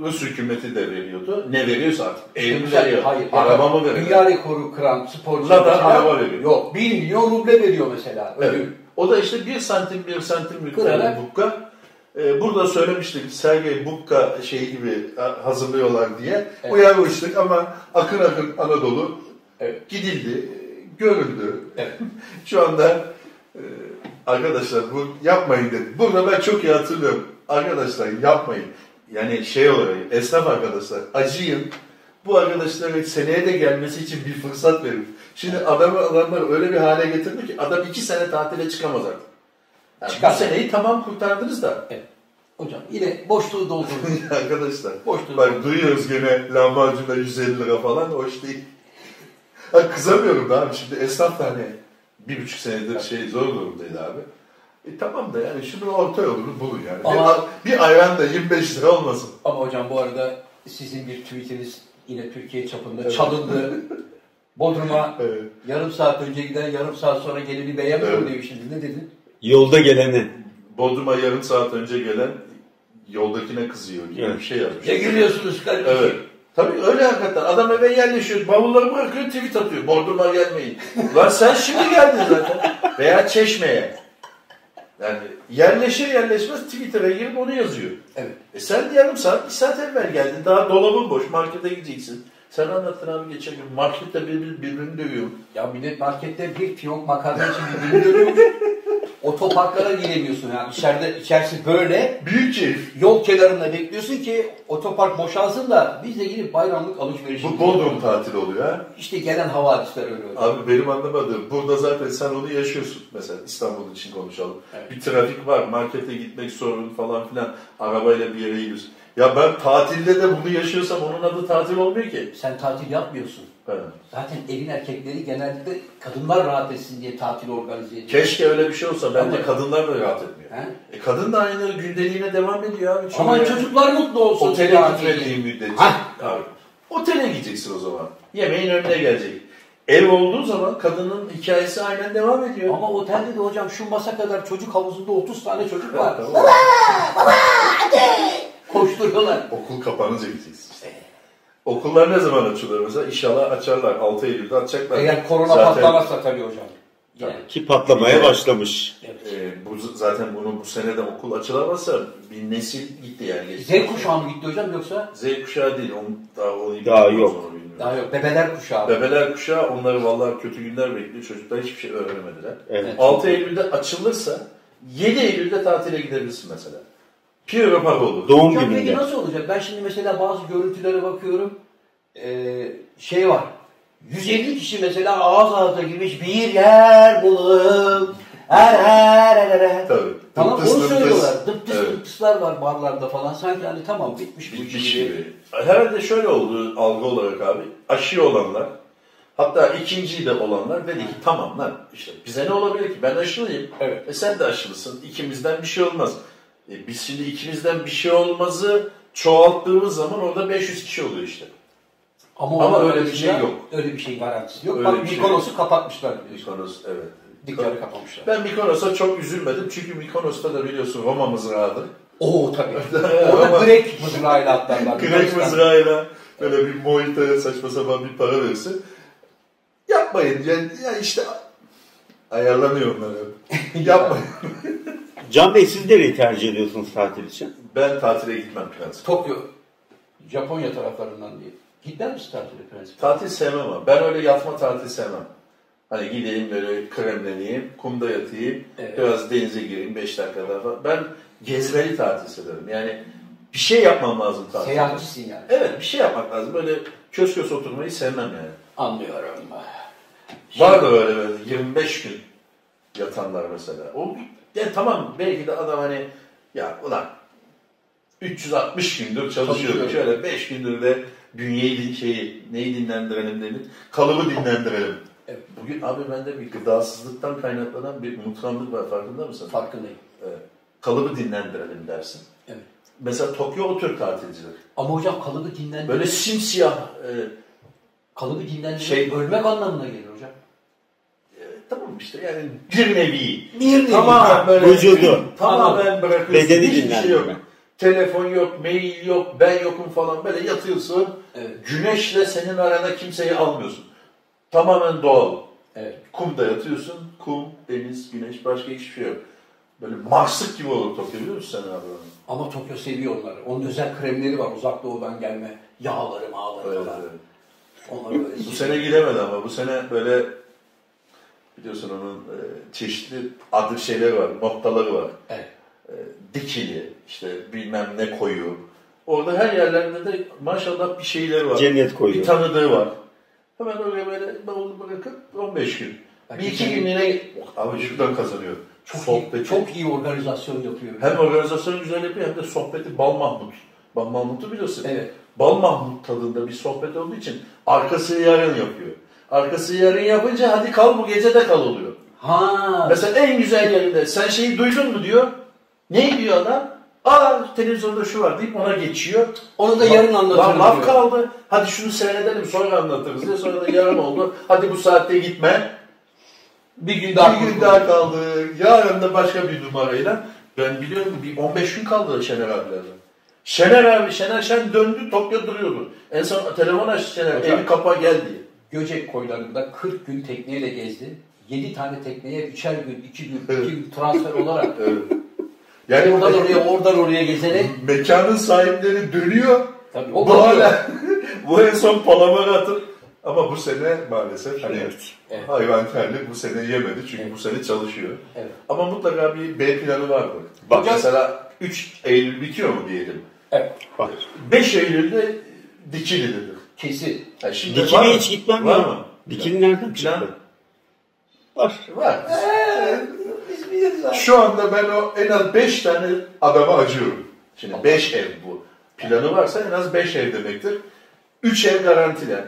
B: Rus hükümeti de veriyordu. Ne veriyorsa artık. Evimi veriyor.
A: Hayır.
B: Arabamı veriyor.
A: Dünya rekoru kıran sporcu.
B: Zaten
A: mesela-
B: araba veriyor.
A: Yok. 1 milyon ruble veriyor mesela.
B: Evet.
A: Ödül.
B: O da işte bir santim bir santim
A: Kırarak.
B: yukarı bukka. Ee, burada söylemiştik Sergey Bukka şeyi gibi ha- hazırlıyorlar diye
A: Evet.
B: uyarmıştık ama akın akın Anadolu
A: Evet.
B: gidildi, görüldü.
A: Evet.
B: <laughs> Şu anda e, arkadaşlar bu yapmayın dedi. Burada ben çok iyi hatırlıyorum. Arkadaşlar yapmayın. Yani şey olarak esnaf arkadaşlar acıyın. Bu arkadaşların seneye de gelmesi için bir fırsat verin. Şimdi adamı adamlar öyle bir hale getirdi ki adam iki sene tatile çıkamaz artık. Yani
A: Çıkar.
B: bu seneyi tamam kurtardınız da <laughs>
A: Hocam yine boşluğu doldurun.
B: arkadaşlar.
A: Boştur.
B: Bak duyuyoruz gene lahmacunda 150 lira falan hoş değil. Ha, kızamıyorum da abi şimdi esnaf da hani bir buçuk senedir şey zor durumdaydı abi. E tamam da yani şunu orta yolunu bulun yani. Bir
A: Ama-
B: a- Bir, ayran da 25 lira olmasın.
A: Ama hocam bu arada sizin bir tweetiniz yine Türkiye çapında
B: Evet. <laughs>
A: çalındı. Bodrum'a
B: Evet.
A: yarım saat önce giden yarım saat sonra geleni beğenmiyorum
B: Evet.
A: demiş şimdi. Ne dedin?
E: Yolda geleni.
B: Bodrum'a yarım saat önce gelen yoldakine kızıyor gibi
E: Evet.
B: bir şey yazmış.
A: Ne gülüyorsunuz kardeşim?
B: Evet. Tabii öyle hakikaten. Adam eve yerleşiyor. Bavulları bırakıyor tweet atıyor. Bodrum'a gelmeyin. Lan sen şimdi geldin zaten. Veya Çeşme'ye. Yani yerleşir yerleşmez Twitter'a girip onu yazıyor.
A: Evet.
B: E sen de yarım saat, bir saat evvel geldin. Daha dolabın boş. Markete gideceksin. Sen anlattın abi geçen gün. Markette birbir, birbirini dövüyor. <laughs>
A: Ya millet markette bir fiyonk makarna için birbirini görüyormuş. Otoparklara giremiyorsun ya. İçeride, içerisi böyle.
B: Büyük keyif.
A: Yol kenarında bekliyorsun ki otopark boşalsın da biz de gidip bayramlık alışveriş
B: Bu
A: yapalım.
B: Bodrum tatili oluyor ha.
A: İşte gelen havadisler öyle oluyor.
B: Abi benim anlamadığım burada zaten sen onu yaşıyorsun mesela İstanbul için konuşalım.
A: Evet.
B: Bir trafik var markete gitmek sorun falan filan arabayla bir yere gidiyorsun. Ya ben tatilde de bunu yaşıyorsam onun adı tatil olmuyor ki.
A: Sen tatil yapmıyorsun.
B: Ha.
A: Zaten evin erkekleri genellikle kadınlar rahat etsin diye tatil organize ediyor.
B: Keşke öyle bir şey olsa bence
A: Ama-
B: kadınlar da rahat etmiyor.
A: He?
B: E kadın da aynı gündeliğine devam ediyor abi. Çünkü
A: Aman
B: yani
A: çocuklar mutlu olsun.
B: Otele
A: tatil.
B: gitmediğin müddetçe.
A: Hah.
B: Abi, otele gideceksin o zaman. Yemeğin önüne gelecek. Ev olduğu zaman kadının hikayesi aynen devam ediyor.
A: Ama otelde de hocam şu masa kadar çocuk havuzunda 30 tane çocuk var.
B: Tamam.
A: Koşturuyorlar.
B: Okul kapanınca gideceksin işte. Okullar ne zaman açılır mesela? İnşallah açarlar. 6 Eylül'de açacaklar.
A: Eğer korona
B: Zaten,
A: patlamazsa tabii hocam. Yani,
E: Ki patlamaya başlamış.
A: evet.
B: e, bu, zaten bunu bu senede okul açılamazsa bir nesil gitti yani.
A: Z kuşağı mı gitti hocam yoksa?
B: Z kuşağı değil. On, daha olayım.
E: Daha yok.
A: Daha yok. Bebeler kuşağı.
B: Bebeler kuşağı onları vallahi kötü günler bekliyor. Çocuklar hiçbir şey öğrenemediler.
E: Evet.
B: 6 Eylül'de açılırsa 7 Eylül'de tatile gidebilirsin mesela. Piyano Park olur.
E: Doğum
A: Hocam peki
E: gününde.
A: nasıl olacak? Ben şimdi mesela bazı görüntülere bakıyorum. Ee, şey var. 150 kişi mesela ağız ağza girmiş bir yer bulup her her her her, her.
B: Tabii.
A: Tamam
B: Dıptıs
A: onu
B: dıptıs.
A: söylüyorlar. Dıp dıs
B: Evet.
A: dıp dıslar var barlarda falan. Sanki hani tamam bitmiş bu
B: Bitmiş
A: iş
B: gibi. Herhalde şöyle oldu algı olarak abi. Aşı olanlar hatta ikinciyi de olanlar dedi ki tamam lan işte bize ne olabilir ki ben aşılıyım.
A: Evet.
B: E sen de aşılısın. İkimizden bir şey olmaz. E biz şimdi ikimizden bir şey olmazı çoğalttığımız zaman orada 500 kişi oluyor işte.
A: Ama,
B: Ama
A: onun
B: öyle bir
A: arasında
B: şey yok.
A: Öyle bir şey garantisi yok.
B: Öyle
A: Bak
B: bir şey
A: Mikonos'u kapatmışlar diyor.
B: Mikonos evet.
A: Dükkanı kapamışlar.
B: Ben Mikonos'a çok üzülmedim çünkü Mikonos'ta da biliyorsun Roma mızrağı
A: Oo tabii.
B: Ama-
A: Orada Grek mızrağıyla atlarlar.
B: Kırık mızrağıyla böyle bir mojitoya saçma sapan bir para versin. Yapmayın. Yani, ya işte ayarlanıyor <laughs> onlar. hep. Yapmayın.
E: Can Bey siz nereyi tercih ediyorsunuz tatil için?
B: ben tatile gitmem prensip.
A: Tokyo, Japonya taraflarından diye. Gider misin tatile prensip?
B: Tatil sevmem ama. Ben öyle yatma tatil sevmem. Hani gideyim böyle kremleneyim, kumda yatayım,
A: Evet.
B: biraz denize gireyim 5 dakikada falan. Ben gezmeli tatil severim. Yani bir şey yapmam lazım tatilde.
A: Seyahatçisin yani.
B: Evet bir şey yapmak lazım. Böyle kös kös oturmayı sevmem yani.
A: Anlıyorum.
B: Var da öyle böyle 25 gün yatanlar mesela. O ya tamam belki de adam hani ya ulan 360 gündür çalışıyorum.
A: Çalışıyorum.
B: Şöyle 5 gündür de bünyeyi din- şeyi neyi dinlendirelim dedim. Kalıbı dinlendirelim.
A: Evet.
B: E, Bugün abi bende bir gıdasızlıktan kaynaklanan bir unutkanlık var farkında mısın?
A: Farkındayım.
B: Ee, kalıbı dinlendirelim dersin.
A: Evet.
B: Mesela Tokyo o tür tatilciler.
A: Ama hocam kalıbı dinlendirmek,
B: Böyle simsiyah e,
A: kalıbı dinlendirmek
B: Şey-
A: ölmek anlamına gelir hocam.
B: tamam işte yani bir nevi
A: Bir
B: Tamamen böyle
E: Vücudu.
B: tamamen bırakıyorsun.
E: Bedeni
B: Hiçbir şey yok.
E: dinlendirme.
B: Telefon yok, mail yok, ben yokum falan böyle yatıyorsun.
A: Evet.
B: Güneşle senin arana kimseyi almıyorsun. Tamamen doğal.
A: Evet.
B: Kumda yatıyorsun. Kum, deniz, güneş başka hiçbir şey yok. Böyle Marslık gibi olur Tokyo biliyor musun sen abi? onu?
A: Ama Tokyo seviyor onları. Onun özel kremleri var uzak doğudan gelme. Yağları mağları
B: Evet,
A: falan.
B: evet.
A: Onları böyle
B: Bu sene gidemedi ama bu sene böyle biliyorsun onun e, çeşitli adı şeyleri var, noktaları var.
A: Evet.
B: E, dikili, işte bilmem ne koyu. Orada her yerlerinde de maşallah bir şeyleri var.
E: Cennet
B: Bir
E: koyuyor.
B: tanıdığı var. Hemen oraya böyle bavulu bırakıp 15 gün.
A: Bak,
B: bir iki
A: geçen-
B: günlüğüne abi şuradan kazanıyor.
A: Çok, iyi,
B: sohbeti.
A: çok iyi organizasyon yapıyor.
B: Hem organizasyonu güzel yapıyor hem de sohbeti Bal Mahmut. Bal Mahmut'u biliyorsun.
A: Evet.
B: Bal Mahmut tadında bir sohbet olduğu için arkası yarın yapıyor. Arkası yarın yapınca hadi kal bu gece de kal oluyor.
A: Ha.
B: Mesela en güzel yerinde sen şeyi duydun mu diyor. Ne diyor adam? Aa televizyonda şu var deyip ona geçiyor.
A: Onu da yarın anlatırım
B: Lan laf
A: diyor.
B: kaldı. Hadi şunu seyredelim sonra anlatırız diye. Sonra da yarım oldu. Hadi bu saatte gitme.
A: Bir gün daha.
B: Bir gün daha kaldı. Yarın da başka bir numarayla. Ben biliyorum bir 15 gün kaldı Şener abilerle. Şener abi, Şener Şen döndü Tokyo duruyordu. En son telefon açtı Şener,
A: Hocam.
B: evi kapa gel diye.
A: Göcek koylarında 40 gün tekneyle gezdi. 7 tane tekneye 3'er gün, 2 gün, 2 gün transfer
B: <laughs>
A: olarak
B: Yani
A: oradan
B: me-
A: oraya, oradan oraya gezerek
B: mekanın sahipleri dönüyor.
A: tabii o
B: Bu <laughs>
A: kalıyor.
B: hala, bu en son palamara atıp Ama bu sene maalesef hani
C: Evet.
A: Evet.
B: hayvan terli bu sene yemedi çünkü bu sene çalışıyor.
A: Evet.
B: Ama mutlaka bir B planı vardır.
A: Bak-
B: Bak mesela 3 Eylül bitiyor mu diyelim?
A: Evet.
E: Bak.
B: 5 Eylül'de dikilidir.
A: Kesin.
B: Yani şimdi var mı?
E: Dikine hiç gitmem
B: var
E: ya.
B: mı?
E: Dikini nereden
B: Plan-
E: çıktı? Var.
B: Var.
A: Biz biliriz abi.
B: Şu anda ben o en az 5 tane adama acıyorum. Şimdi 5 ev bu. Planı varsa en az 5 ev demektir. 3 ev garantiler.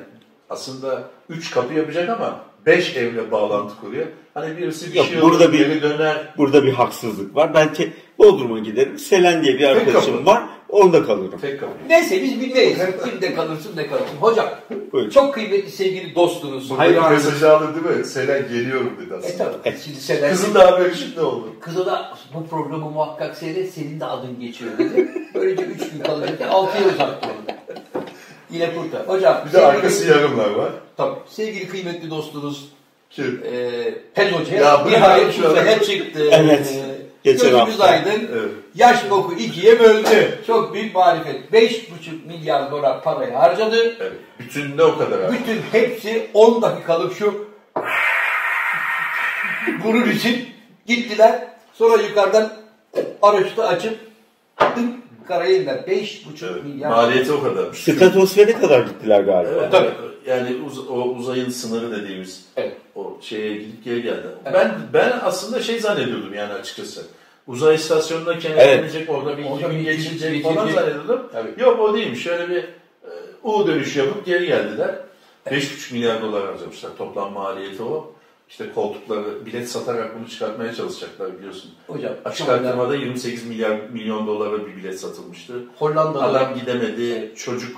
B: Aslında 3 kapı yapacak ama 5 evle bağlantı kuruyor. Hani birisi bir
E: Yok,
B: şey
E: burada
B: olur,
E: bir-
B: geri döner.
E: Burada bir haksızlık var. Ben te- Bodrum'a giderim. Selen diye bir
B: Tek
E: arkadaşım
B: kapı.
E: var. Onda kalırım.
B: Tek kapı.
A: Neyse biz bilmeyiz. Kim de kalırsın de kalırsın. Hocam
E: Buyurun.
A: çok kıymetli sevgili dostunuz.
B: Burada bir
A: Hayranınız.
B: mesaj aldı değil mi? Selen geliyorum dedi
A: E
B: aslında.
A: tabii. Şimdi Selen-
B: Kızın da haberi şimdi oldu.
A: Kıza da bu programı muhakkak seyret, senin de adın geçiyor dedi. Böylece üç gün kalacakken altıya uzattı onu. Yine kurtar. Hocam
B: Bir
E: Şey-
B: de arkası yarımlar var.
A: tabii, sevgili kıymetli dostunuz
B: Kim?
A: e, Pez Hoca
B: Ya
A: ya,
B: bu ne
A: nihayet
B: şu
A: kursa
B: an?
A: hep çıktı.
E: Evet,
A: E,
E: geçen
A: Gözümüz
E: hafta.
A: aydın.
B: Evet.
A: Yaş boku ikiye böldü. Çok büyük marifet. Beş buçuk milyar dolar parayı harcadı.
B: Evet. Bütün de o kadar abi.
A: Bütün hepsi 10 dakikalık şu bunun için gittiler. Sonra yukarıdan araçta açıp tüm karaya indiler. Beş buçuk
B: Evet.
A: milyar.
B: Maliyeti o kadar.
E: Stratosfere kadar gittiler galiba.
B: Evet,
A: Tabii.
B: Yani uz- o uzayın sınırı dediğimiz
A: Evet.
B: o şeye gidip geri geldi.
A: Evet.
B: Ben ben aslında şey zannediyordum yani açıkçası. Uzay istasyonunda
E: Evet.
B: kenetlenecek, orada bir iki
A: Orada
B: gün
A: bir iki-
B: geçirecek
A: bir iki
B: falan
A: gün-
B: zannediyordum.
A: Tabii.
B: Yok o değilmiş. Şöyle bir e, U dönüşü yapıp geri geldiler. 5,5 milyar dolar harcamışlar. Toplam maliyeti o. İşte koltukları, bilet satarak bunu çıkartmaya çalışacaklar biliyorsun.
A: Hocam
B: Açık
A: çok önemli.
B: artırmada 28 milyar milyon dolara bir bilet satılmıştı.
A: Hollanda'da
B: Adam gidemedi, çocuk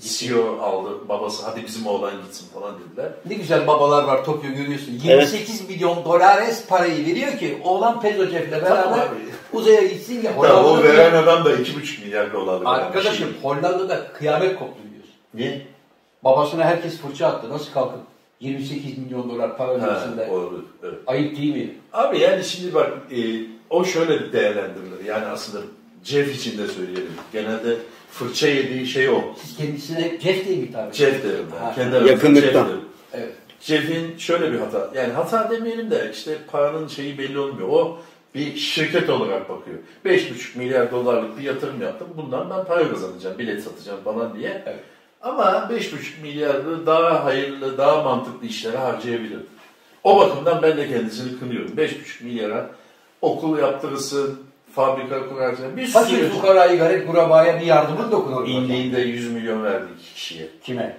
B: CEO aldı, babası hadi bizim oğlan gitsin falan dediler.
A: ne güzel babalar var Tokyo görüyorsun. 28 milyon dolares parayı veriyor ki oğlan Pezocev'le beraber
B: Tamam abi.
A: uzaya gitsin ya.
B: Tamam, o
A: Hollanda'da-
B: veren adam da 2,5 milyar dolarlık adam.
A: Arkadaşım Hollanda'da kıyamet koptu diyorsun.
B: Niye?
A: Babasına herkes fırça attı. Nasıl kalkıp 28 milyon dolar para
B: Ha,
A: ödemesinde
B: olabilir, evet.
A: Ayıp değil mi?
B: Abi yani şimdi bak e, o şöyle değerlendirilir. Yani aslında Jeff için de söyleyelim. Genelde fırça yediği şey o.
A: Siz kendisine hep Jeff diye mi hitap ediyorsunuz?
B: Jeff derim ben.
A: Ha.
B: Kendi aramızda
E: Yakınlıktan.
B: Jeff derim.
A: Evet.
B: Jeff'in şöyle bir hata, yani hata demeyelim de işte paranın şeyi belli olmuyor. O bir şirket olarak bakıyor. 5,5 milyar dolarlık bir yatırım yaptım. Bundan ben para kazanacağım, bilet satacağım falan diye.
A: Evet.
B: Ama 5,5 milyarı daha hayırlı, daha mantıklı işlere harcayabilir. O bakımdan ben de kendisini kınıyorum. 5,5 milyara okul yaptırırsın, fabrika kurarsın. Bir
A: Fakir
B: sürü
A: fukarayı garip kurabaya bir yardımın dokunur.
B: indiğinde 100 milyon verdik kişiye.
A: Kime?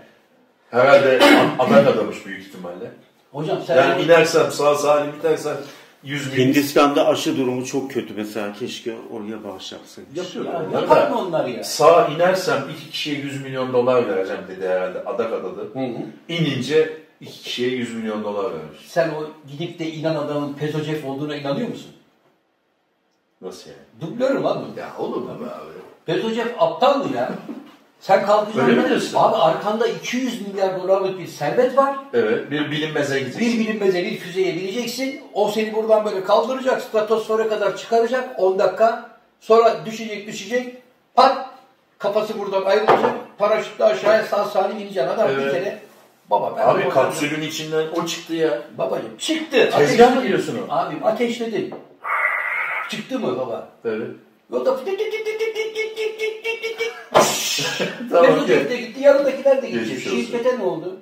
B: Herhalde Amerika'damış büyük ihtimalle.
A: Hocam sen...
B: Yani inersem sağ salim bitersem 100 bin
E: Hindistan'da aşı durumu çok kötü mesela. Keşke oraya bağışlatsaydı.
B: yapıyorlar.
A: Ya,
B: onlar
A: yapar
B: da.
A: mı onlar ya?
B: Sağ inersem iki kişiye 100 milyon dolar vereceğim dedi herhalde adak adadı.
A: Hı hı.
B: İnince iki kişiye 100 milyon dolar vermiş.
A: Sen o gidip de inan adamın Pezo Jeff olduğuna inanıyor musun?
B: Nasıl yani?
A: Dublörüm abi.
B: Ya olur mu be abi?
A: Pezo Jeff aptal mı ya? Sen kalkacaksın.
B: Öyle mi diyorsun?
A: Abi arkanda 200 milyar dolarlık bir servet var.
B: Evet bir bilinmeze
A: Bir
B: gideceksin.
A: bilinmeze bir füzeye bineceksin. O seni buradan böyle kaldıracak. Stratosfere kadar çıkaracak. 10 dakika. Sonra düşecek düşecek. Pat. Kafası buradan ayrılacak. Paraşütle aşağıya sağ salim ineceksin. Adam bir
B: Evet.
A: kere. Baba ben
B: Abi
A: bu-
B: kapsülün içinden o çıktı ya.
A: Babacım çıktı.
B: Tezgah mı
A: Ateşledin.
B: diyorsun o?
A: Abim ateşledin. Çıktı mı baba?
B: Evet.
A: Yolda tit tit tit tit tit tit tit tit tit tit tit.
B: Tamam
A: Mesut
B: gel.
A: de gitti. Yanındakiler de gitti.
B: Geçmiş olsun.
A: Şirkete ne oldu?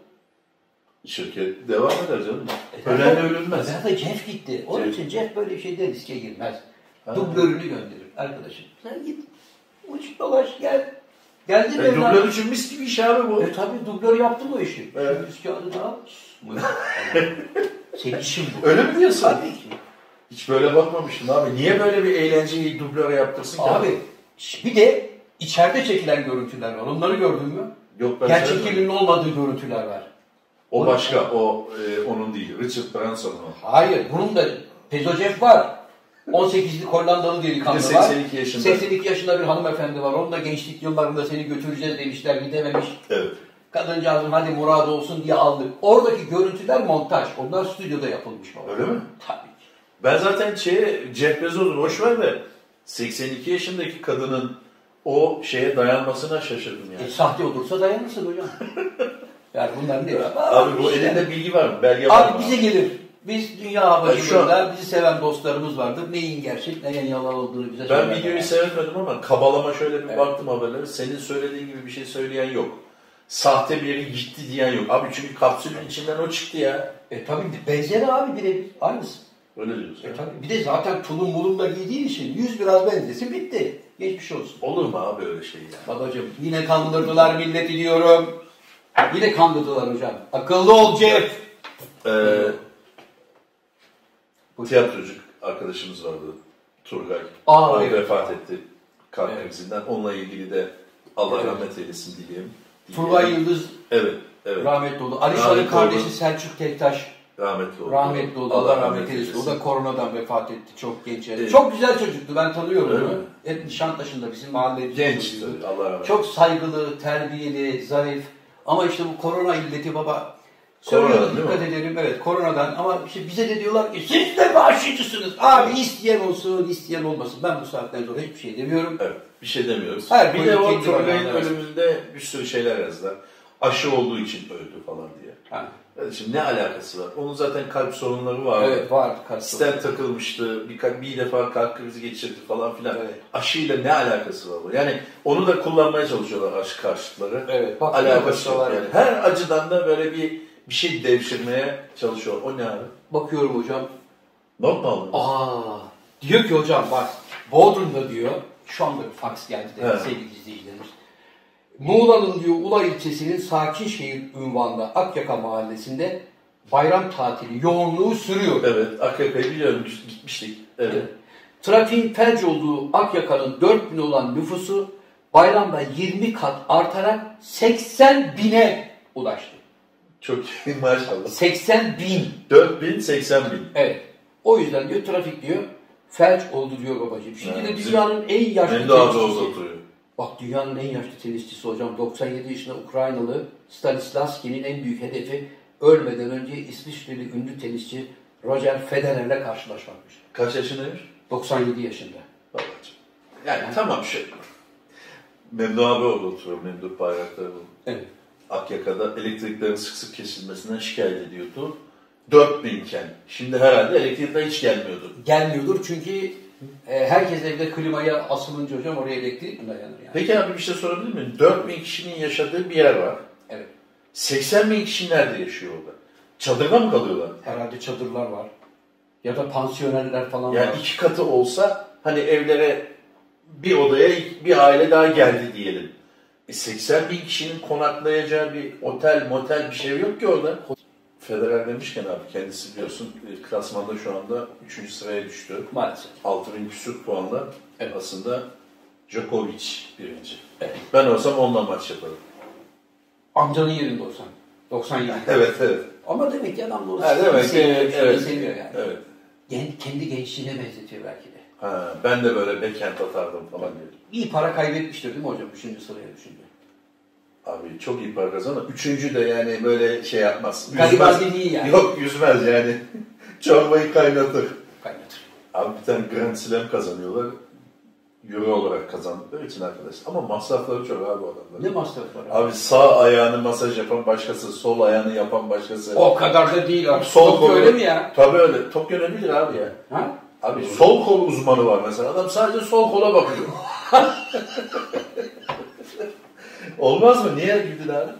B: Şirket devam eder canım. Ölen ölünmez.
A: Zaten Jeff gitti. Onun
B: Jeff.
A: için Jeff böyle bir şeyde riske girmez.
B: Ha. E,
A: Dublörünü gönderir arkadaşım. Sen git uç dolaş gel. Geldi
B: E,
A: mi?
B: dublör için mis gibi iş abi bu.
A: E tabi dublör yaptı bu işi.
B: Evet.
A: Şimdi biz kağıdını al. <laughs> Senin işin bu.
B: Öyle mi diyorsun?
A: Tabii ki.
B: Hiç böyle bakmamıştım abi. Niye böyle bir eğlenceyi dublöre yaptırsın ki?
A: Abi şş, bir de içeride çekilen görüntüler var. Onları gördün mü?
B: Yok ben
A: Gerçek
B: sevmedim.
A: elinin olmadığı görüntüler var.
B: O başka, o e, onun değil. Richard Branson'un o.
A: Hayır, bunun da Pezocef var. 18'lik Hollandalı delikanlı
B: Bir de
A: var.
B: 82 yaşında.
A: 82 yaşında bir hanımefendi var. Onun da gençlik yıllarında seni götüreceğiz demişler, gidememiş.
B: Evet.
A: Kadıncağızın hadi murad olsun diye aldık. Oradaki görüntüler montaj. Onlar stüdyoda yapılmış baba.
B: Öyle mi?
A: Tabii ki.
B: Ben zaten şeye, Jeff Bezos'u boş ver de 82 yaşındaki kadının o şeye dayanmasına şaşırdım
A: E,
B: yani. <laughs>
A: sahte olursa dayanırsın hocam. Yani bunların ne var?
B: Abi bu
A: İşte.
B: elinde bilgi var mı? Belge var mı?
A: Abi şey- bize gelir. Biz dünya
B: Yani şu an-
A: havacılığında bizi seven dostlarımız vardır. Neyin gerçek, neyin yalan olduğunu bize
B: Ben
A: söylerler.
B: videoyu seyretmedim ama kabalama şöyle bir
A: Evet.
B: baktım haberlere. Senin söylediğin gibi bir şey söyleyen yok. Sahte bir yeri gitti diyen yok. Abi çünkü kapsülün içinden o çıktı ya.
A: E tabii bir benzeri abi birebir. Aynısı.
B: Öyle diyorsun.
A: E tabii bir de zaten tulum mulum da giydiği için yüz biraz benzesin bitti. Geçmiş olsun.
B: Olur mu abi öyle şey ya?
A: Babacım yine kandırdılar milleti diyorum. Yine kandırdılar hocam. Akıllı ol Cep.
B: Ee,
A: Buyur.
B: tiyatrocuk arkadaşımız vardı. Turgay.
A: Aa,
B: o
A: evet.
B: vefat etti kalp
A: Evet.
B: krizinden. Onunla ilgili de Allah
A: Evet.
B: rahmet eylesin dileyim. Dileyim.
A: Turgay Yıldız
B: Evet. evet.
A: rahmetli oldu. Ali
B: Rahmetli
A: Şah'ın
B: oldu.
A: kardeşi Selçuk Tektaş
B: Rahmetli oldu.
A: rahmetli oldu. Allah rahmet eylesin. O da koronadan vefat etti çok genç. yaşta.
B: Evet.
A: Çok güzel çocuktu ben tanıyorum
B: Öyle
A: onu.
B: mi?
A: Hep Nişantaşı'nda bizim mahallede.
B: Genç
A: çocuğuydu.
B: tabii. Allah rahmet
A: Çok saygılı, terbiyeli, zarif. Ama işte bu korona illeti baba.
B: Koronadan
A: Söylüyorum
B: değil mi?
A: dikkat edelim evet koronadan ama işte bize de diyorlar ki siz de mi aşıcısınız? Abi isteyen olsun isteyen olmasın. Ben bu saatten sonra hiçbir şey demiyorum.
B: Evet, bir şey demiyoruz.
A: Her
B: bir de
A: koyun
B: o
A: kendi
B: Turgay'ın
A: bayrağını
B: ölümünde bir sürü şeyler yazdılar. Aşı olduğu için öldü falan diye.
A: Ha,
B: Evet, şimdi ne alakası var? Onun zaten kalp sorunları vardı.
A: evet var karşı.
B: Stent takılmıştı, bir, bir defa kalp krizi geçirdi falan filan.
A: Evet.
B: Aşıyla ne alakası var? bu? Yani onu da kullanmaya çalışıyorlar aşı karşıtları.
A: Evet, bak,
B: alakası yok
A: var.
B: yani. Her acıdan da böyle bir bir şey devşirmeye çalışıyor. O ne abi?
A: Bakıyorum hocam
B: Normal mı?
A: Aa, diyor ki hocam bak Bodrum'da diyor şu anda bir faks geldi de
B: Evet.
A: sevgili izleyicilerimiz. Muğla'nın diyor Ula ilçesinin Sakinşehir ünvanında Akyaka mahallesinde bayram tatili yoğunluğu sürüyor.
B: Evet, AKP'yi biliyorum. Gitmiştik. Evet.
A: Trafiğin felç olduğu Akyaka'nın 4000 olan nüfusu bayramda 20 kat artarak 80 bine ulaştı.
B: Çok iyi maşallah.
A: 80 bin.
B: 4000, 80 bin.
A: Evet. O yüzden diyor trafik diyor felç oldu diyor babacığım. Şimdi
B: Evet,
A: de
B: bizim
A: dünyanın en yaşlı
B: Hem de az
A: temsilcisi.
B: oturuyor.
A: Bak dünyanın en yaşlı tenisçisi hocam 97 yaşında Ukraynalı Stanislavski'nin en büyük hedefi ölmeden önce İsviçreli ünlü tenisçi Roger Federer'le karşılaşmakmış.
B: Kaç yaşındaymış?
A: 97 yaşında.
B: Babacığım. Yani tamam şu. Memduh abi orada oturuyor. Memduh Bayraktar'ın
A: Evet.
B: Akyaka'da elektriklerin sık sık kesilmesinden şikayet ediyordu. 4000 iken. Şimdi herhalde elektrikler hiç gelmiyordu.
A: Gelmiyordur çünkü e, herkes evde klimaya asılınca hocam oraya elektrik dayanır yani.
B: Peki abi bir şey sorabilir miyim? 4000 kişinin yaşadığı bir yer var.
A: Evet.
B: 80 bin kişi nerede yaşıyor orada? Çadırda mı kalıyorlar?
A: Herhalde çadırlar var. Ya da pansiyonerler falan
B: Yani
A: var.
B: iki katı olsa hani evlere bir odaya bir aile daha geldi diyelim. E 80 bin kişinin konaklayacağı bir otel, motel bir şey yok ki orada. Federer demişken abi kendisi biliyorsun e, klasmanda şu anda 3. sıraya düştü.
A: Maalesef.
B: 6000 küsur puanla
A: Evet.
B: aslında Djokovic birinci. Ben olsam onunla maç yaparım.
A: Amcanın yerinde olsan. 97.
B: Evet evet.
A: Ama demek ki adam da o
B: Ha,
A: sistemi
B: demek ki,
A: seviyor, bir şeyi
B: evet.
A: seviyor şey, yani.
B: evet.
A: Gen- kendi gençliğine benzetiyor belki de.
B: Ha, ben de böyle backhand atardım falan diye.
A: İyi para kaybetmiştir değil mi hocam? Üçüncü sıraya düşündü.
B: Abi çok iyi para kazanır. Üçüncü de yani böyle şey yapmaz.
A: Gariban dediği yani.
B: Yok yüzmez yani. <laughs> Çorbayı kaynatır.
A: Kaynatır.
B: Abi bir tane Grand Slam kazanıyorlar. Euro olarak kazandıkları için arkadaşlar. Ama masrafları çok abi
A: Ne
B: adamların.
A: masraf var?
B: Abi sağ ayağını masaj yapan başkası, sol ayağını yapan başkası.
A: O kadar da değil abi.
B: sol
A: Sol öyle mi ya?
B: Tabii öyle. Tokyo ne bilir abi ya?
A: Ha?
B: Abi sol kol uzmanı var mesela. Adam sadece sol kola bakıyor. <laughs> Olmaz mı? Niye gidin abi?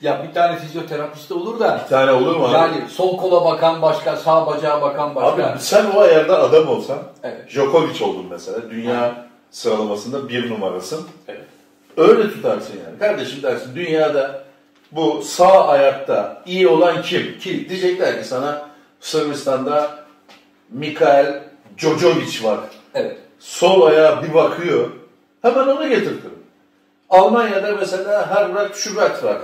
A: Ya bir tane fizyoterapist de olur da.
B: Bir tane olur mu abi?
A: Yani sol kola bakan başka, sağ bacağa bakan
B: Abi
A: başka.
B: sen o ayarda adam olsan,
A: Evet.
B: Djokovic oldun mesela, dünya sıralamasında bir numarasın.
A: Evet.
B: Öyle tutarsın yani. Kardeşim dersin, dünyada bu sağ ayakta iyi olan kim? Kim? Diyecekler ki sana Sırbistan'da Mikael Djokovic var.
A: Evet.
B: Sol ayağa bir bakıyor, hemen onu getirtir. Almanya'da mesela Herbert Schubert var.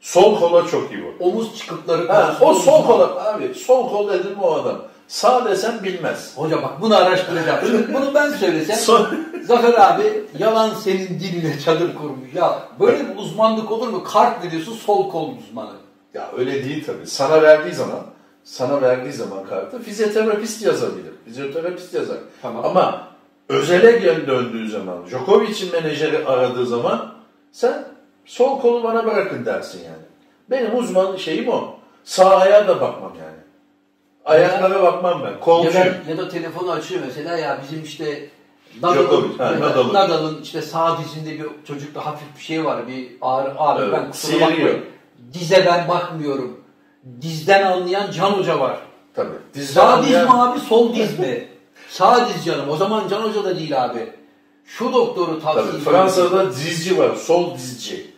B: Sol kola çok iyi bu.
A: Omuz çıkıkları.
B: Ha, o
A: konusunda
B: sol
A: uzman.
B: kola abi. Sol kol dedim o adam. Sağ desen bilmez.
A: Hoca bak bunu araştıracağım. Şimdi bunu ben söylesem.
B: Sol-
A: Zafer abi yalan senin diline çadır kurmuş. Ya böyle bir uzmanlık olur mu? Kart veriyorsun sol kol uzmanı.
B: ya öyle değil tabii. Sana verdiği zaman sana verdiği zaman kartı fizyoterapist yazabilir. Fizyoterapist yazar.
A: Tamam.
B: Ama özele gel döndüğü zaman, Djokovic'in menajeri aradığı zaman sen sol kolu bana bırakın dersin yani. Benim uzman şeyim o. Sağ ayağa da bakmam yani. Ayaklara bakmam ben.
A: Ya,
B: Kolcuyum.
A: da- ya da telefonu açıyor mesela ya bizim işte
B: Djokovic, ha,
A: Nadal'ın
B: Nadal'ın.
A: Nadal'ın işte sağ dizinde bir çocukta hafif bir şey var bir ağrı ağrı
B: Evet,
A: ben kusura
B: sıyırıyor.
A: bakmayın. Dize ben bakmıyorum. Dizden anlayan Can Hoca var.
B: Tabii. Dizden
A: Sağ diz
B: anlayan-
A: mi abi sol diz mi? sağ diz canım o zaman Can Hoca da değil abi. Şu doktoru tavsiye
B: Tabii.
A: ediyorum.
B: Fransa'da dizci var. Sol dizci.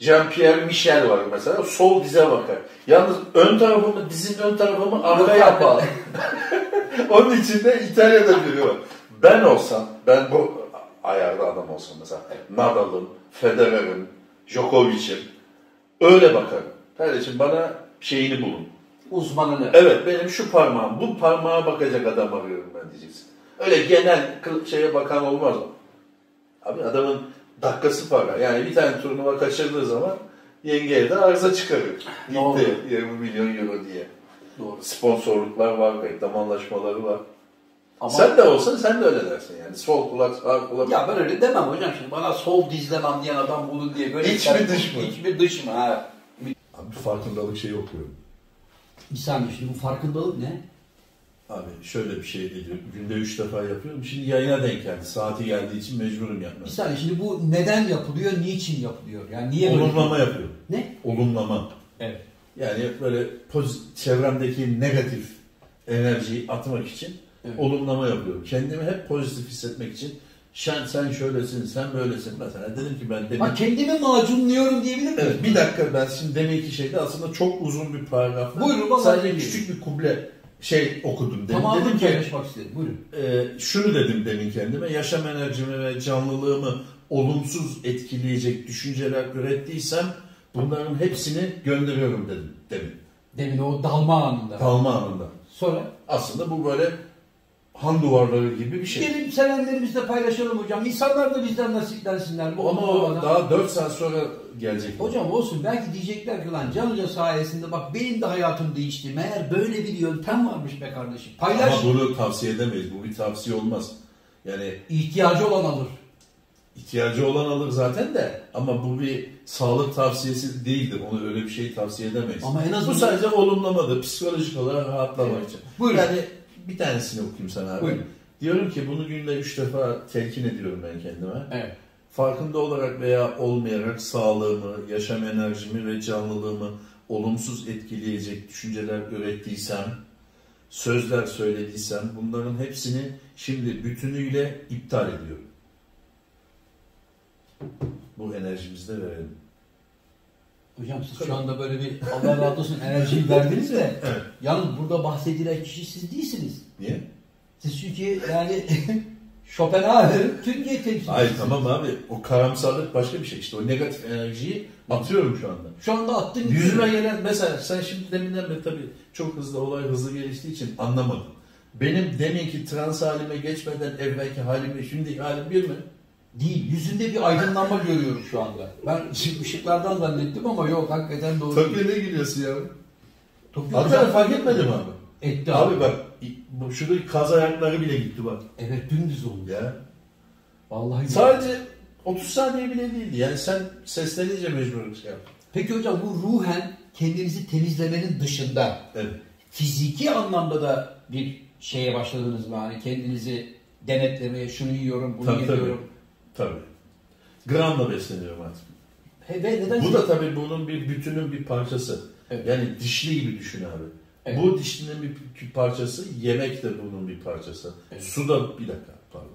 B: Jean-Pierre Michel var mesela. Sol dize bakar. Yalnız ön tarafımı, dizin ön tarafımı arkaya
A: Arkaya
B: bakar.
A: bağlı.
B: Onun için de İtalya'da biri var. Ben olsam, ben bu ayarlı adam olsam mesela Nadal'ım, Federer'im, Djokovic'im öyle bakarım. Kardeşim bana şeyini bulun.
A: Uzmanını.
B: Evet benim şu parmağım, bu parmağa bakacak adam arıyorum ben diyeceksin. Öyle genel kıl- şeye bakan olmaz o. Abi adamın dakikası para. Yani bir tane turnuva kaçırdığı zaman yengeye de arıza çıkarıyor.
A: Doğru.
B: Gitti 20 milyon euro diye.
A: Doğru.
B: Sponsorluklar var, reklam anlaşmaları var.
A: Ama
B: Sen de olsan sen de öyle dersin yani. Sol kulak, sağ kulak.
A: ya ben öyle demem hocam şimdi bana sol dizden anlayan adam bulun diye böyle
B: İç mi dış mı?
A: İç mi dış mı ha?
F: Abi bu farkındalık şeyi okuyorum.
A: Bir saniye şimdi bu farkındalık ne?
B: Abi şöyle bir şey dedim. Günde üç defa yapıyorum. Şimdi yayına denk geldi. Saati geldiği için mecburum
A: Bir
B: yapmaya.
A: saniye şimdi bu neden yapılıyor, niçin yapılıyor? Yani niye böyle?
B: Olumlama yapıyorum.
A: Ne?
B: Olumlama.
A: Evet.
B: Yani böyle pozitif, çevremdeki negatif enerjiyi atmak için
A: Evet.
B: olumlama yapıyorum. Kendimi hep pozitif hissetmek için sen, sen şöylesin, sen böylesin mesela. Dedim ki ben demin...
A: Ha kendimi macunluyorum diyebilir miyim?
B: Evet, bir dakika ben şimdi deminki şeyde aslında çok uzun bir paragrafta
A: Buyurun, vallahi
B: sadece
A: dinleyin.
B: küçük bir kuble şey okudum. Demin
A: Tamamını
B: dedim ki
A: paylaşmak istedim. Buyurun.
B: e, şunu dedim demin kendime yaşam enerjimi ve canlılığımı olumsuz etkileyecek düşünceler ürettiysem bunların hepsini gönderiyorum dedim demin.
A: Demin o dalma anında.
B: Kalma anında.
A: Sonra
B: Aslında bu böyle han duvarları gibi bir şey.
A: gelin sevenlerimizle paylaşalım hocam. İnsanlar da bizden nasiplensinler. Bu
B: Ama
A: olmadan.
B: o daha 4 saat sonra gelecek.
A: Hocam olsun belki diyecekler ki lan Can Hoca sayesinde bak benim de hayatım değişti. Meğer böyle bir yöntem varmış be kardeşim. Paylaş.
B: Ama bunu tavsiye edemeyiz. Bu bir tavsiye olmaz. Yani
A: İhtiyacı olan alır.
B: İhtiyacı olan alır zaten de ama bu bir sağlık tavsiyesi değildir. Onu öyle bir şey tavsiye edemeyiz.
A: Ama en azından-
B: Bu sadece olumlamadı. Psikolojik olarak rahatlamak için.
A: Buyurun.
B: Yani bir tanesini okuyayım sana abi.
A: Buyurun.
B: Diyorum ki bunu günde üç defa telkin ediyorum ben kendime.
A: Evet.
B: Farkında olarak veya olmayarak sağlığımı, yaşam enerjimi ve canlılığımı olumsuz etkileyecek düşünceler ürettiysem, sözler söylediysem bunların hepsini şimdi bütünüyle iptal ediyorum. Bu enerjimizi de verelim.
A: Hocam siz şu anda böyle bir Allah razı olsun enerjiyi verdiniz de yalnız burada bahsedilen kişi siz değilsiniz.
B: Niye?
A: Siz çünkü yani <laughs> Schopenhauer'ın Türkiye temsilcisi.
B: Hayır tamam abi o karamsarlık başka bir şey. İşte o negatif enerjiyi atıyorum şu anda.
A: Şu anda attın.
B: Yüzüme gelen mesela sen şimdi deminden beri tabii çok hızlı olay hızlı geliştiği için anlamadın. Benim deminki trans halime geçmeden evvelki halimle şimdiki halim bir mi?
A: Değil. Yüzünde bir aydınlanma görüyorum şu anda. Ben şimdi ışıklardan zannettim ama yok hakikaten doğru.
B: Tokyo ne gülüyorsun ya?
A: Tokyo
B: Hatta
A: hocam
B: fark etmedim abi.
A: Etti abi.
B: Abi bak bu şurada kaz ayakları bile gitti bak.
A: Evet dümdüz oldu.
B: Ya.
A: Vallahi.
B: Sadece 30 saniye bile değildi. Yani sen seslenince mecbur şey yaptın.
A: Peki hocam bu ruhen kendinizi temizlemenin dışında
B: Evet.
A: fiziki anlamda da bir şeye başladınız mı? Hani kendinizi denetlemeye şunu yiyorum, bunu
B: Tabii, tabii.
A: yiyorum.
B: Tabii. Gramla besleniyorum artık.
A: He, ve neden?
B: Bu da tabii bunun bir bütünün bir parçası.
A: Evet.
B: Yani dişli gibi düşün abi.
A: Evet.
B: Bu dişlinin bir parçası, yemek de bunun bir parçası.
A: Evet.
B: Su da bir dakika pardon.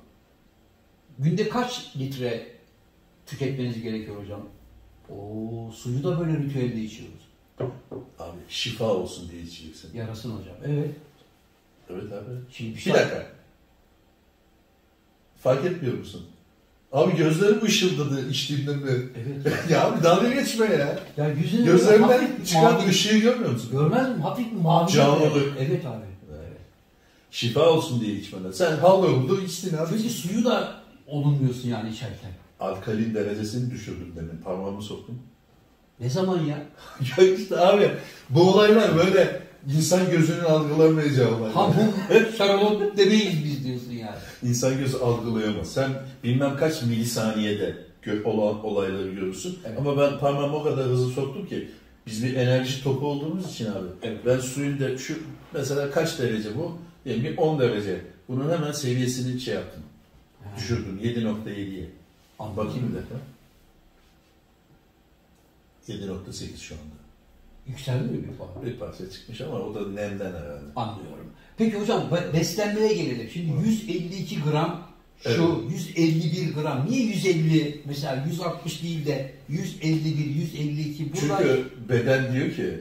A: Günde kaç litre tüketmeniz gerekiyor hocam? Oo, suyu da böyle ritüelde içiyoruz.
B: Abi şifa olsun diye içeceksin.
A: Yarasın hocam. Evet.
B: Evet abi.
A: Şimdi
B: Bir dakika. Fark etmiyor musun? Abi gözlerim ışıldadı içtiğimden beri. <laughs>
A: Evet.
B: ya abi dalga geçme ya.
A: Ya yüzünün
B: Gözlerimden
A: hafif
B: çıkan
A: mavi-
B: ışığı görmüyor musun?
A: Görmez mi? Hafif mavi.
B: Canlılık.
A: Evet abi. Evet.
B: Şifa olsun diye içmeden. Sen hal oldu içtin abi.
A: Çünkü suyu da olunmuyorsun yani içerken.
B: Alkalin derecesini düşürdüm demin. Parmağımı soktum.
A: Ne zaman ya?
B: <laughs> Ya işte abi bu olaylar böyle insan gözünün algılamayacağı olaylar.
A: Ha bu Charlotte demeyiz biz diyorsun yani.
B: <laughs> İnsan gözü algılayamaz. Sen bilmem kaç milisaniyede gö- olan olayları görürsün.
A: Evet.
B: Ama ben parmağımı o kadar hızlı soktum ki Biz bir enerji topu olduğumuz için abi. Ben suyun da şu mesela kaç derece bu? Diyelim ki 10 derece. Bunun hemen seviyesini şey yaptım. Düşürdüm 7.7'ye. Al bakayım bir dakika. 7.8 şu anda.
A: Yükseldi mi bir puan?
B: Bir parça çıkmış ama o da nemden herhalde.
A: Anlıyorum. Peki hocam be- beslenmeye gelelim. Şimdi 152 gram şu 151 gram. Niye 150 mesela 160 değil de 151 152 burada
B: Çünkü beden diyor ki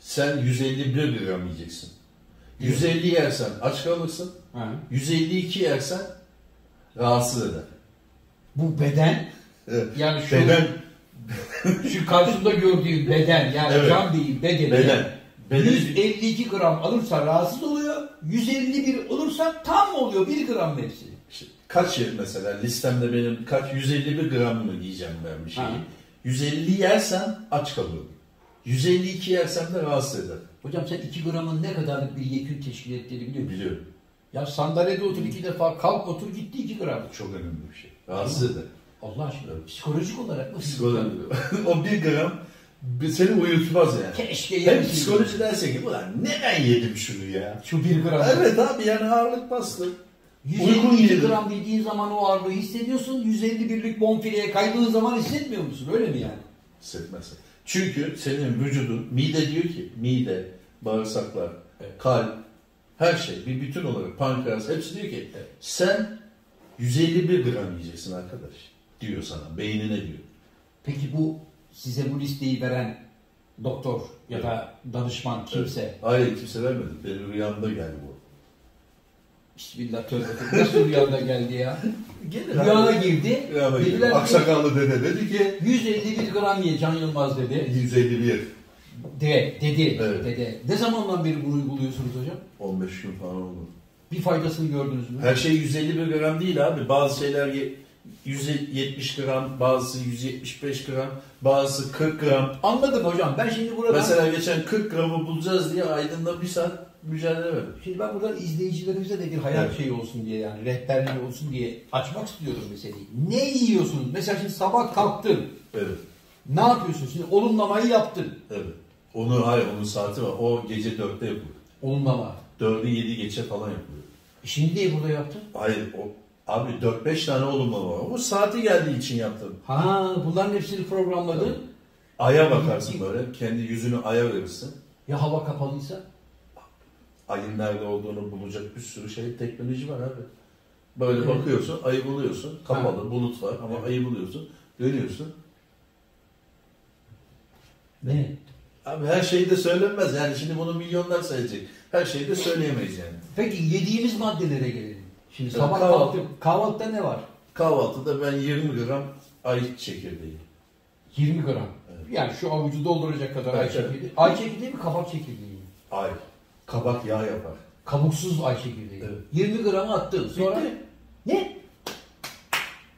B: sen 151 gram yiyeceksin. 150 yersen aç kalırsın.
A: Ha.
B: 152 yersen rahatsız eder.
A: bu beden
B: Evet.
A: yani şu
B: Beden,
A: <laughs> şu karşımda gördüğüm beden yani
B: Evet.
A: can değil bedeni.
B: beden. Beden
A: 152 gram alırsa rahatsız oluyor. 151 olursa tam oluyor 1 gram hepsi.
B: İşte kaç yer mesela listemde benim kaç 151 gram mı yiyeceğim ben bir şeyi.
A: Ha.
B: 150 yersen aç kalıyorum. 152 yersem de rahatsız eder.
A: Hocam sen 2 gramın ne kadarlık bir yekün teşkil ettiğini biliyor musun?
B: Biliyorum.
A: Ya sandalyede otur iki defa kalk otur gitti 2 gram.
B: Çok önemli bir şey. Rahatsız eder.
A: Allah aşkına psikolojik olarak mı?
B: Psikoloji. <laughs> o bir gram seni uyutmaz yani.
A: Keşke
B: Hem
A: yemişim.
B: psikoloji derse ki ulan neden yedim şunu ya?
A: Şu 1 gram.
B: Evet abi yani ağırlık bastı.
A: 152
B: yedim.
A: gram yediğin zaman o ağırlığı hissediyorsun. 151'lik bonfileye kaydığın zaman hissetmiyor musun? Öyle mi yani?
B: Hissetmezsin. Çünkü senin vücudun, mide diyor ki, mide, bağırsaklar,
A: Evet.
B: kalp, her şey bir bütün olarak pankreas hepsi diyor ki sen 151 gram yiyeceksin arkadaş diyor sana, beynine diyor.
A: Peki bu size bu listeyi veren doktor ya da danışman kimse
B: Hayır kimse vermedi. Benim rüyamda geldi bu.
A: Bismillah tövbe tövbe. Nasıl rüyanda geldi ya?
B: Gelir
A: Rüyana girdi.
B: Rüyama
A: dediler
B: geldi.
A: ki,
B: Aksakallı dede dedi ki
A: 151 gram ye Can Yılmaz dedi.
B: 151.
A: De, dedi,
B: Evet.
A: dedi. Ne zamandan beri bunu uyguluyorsunuz hocam?
B: 15 gün falan oldu.
A: Bir faydasını gördünüz mü?
B: Her şey 151 gram değil abi. Bazı şeyler ye- 170 gram, bazı 175 gram, bazı 40 gram.
A: Anladım hocam. Ben şimdi buradan...
B: Mesela geçen 40 gramı bulacağız diye Aydın'da bir saat mücadele verdim.
A: Şimdi ben buradan izleyicilerimize de bir hayal
B: Evet.
A: şeyi olsun diye yani rehberliği olsun diye açmak istiyorum meseleyi. Ne yiyorsunuz? Mesela şimdi sabah kalktın.
B: Evet,
A: Ne yapıyorsun? Şimdi olumlamayı yaptın.
B: evet. Onu hayır, onun saati var. O gece 4'te yapılıyor.
A: Olumlama. E
B: 4'ü 7 geçe falan yapılıyor.
A: Şimdi niye burada yaptın?
B: Hayır, o Abi 4-5 tane olumlama var. Bu saati geldiği için yaptım.
A: Ha bunların hepsini programladın.
B: Aya bakarsın böyle. Kendi yüzünü aya verirsin.
A: Ya hava kapalıysa?
B: ayın nerede olduğunu bulacak bir sürü şey teknoloji var abi. Böyle bakıyorsun, ayı buluyorsun. Kapalı,
A: Ha.
B: bulut var ama ayı buluyorsun. Dönüyorsun.
A: Ne?
B: Abi her şeyi de söylenmez. Yani şimdi bunu milyonlar sayacak. Her şeyi de söyleyemeyiz yani.
A: Peki yediğimiz maddelere gelelim. Şimdi
B: Evet,
A: sabah
B: kahvaltı.
A: kahvaltı. Kahvaltıda ne var?
B: Kahvaltıda ben 20 gram ayçiçek çekirdeği.
A: 20 gram. Yani şu avucu dolduracak kadar ay
B: Evet, evet.
A: çekirdeği. Ay çekirdeği mi kabak çekirdeği mi?
B: Ay. Kabak yağ yapar.
A: Kabuksuz ay çekirdeği.
B: Evet.
A: 20 gram attın. Sonra ne?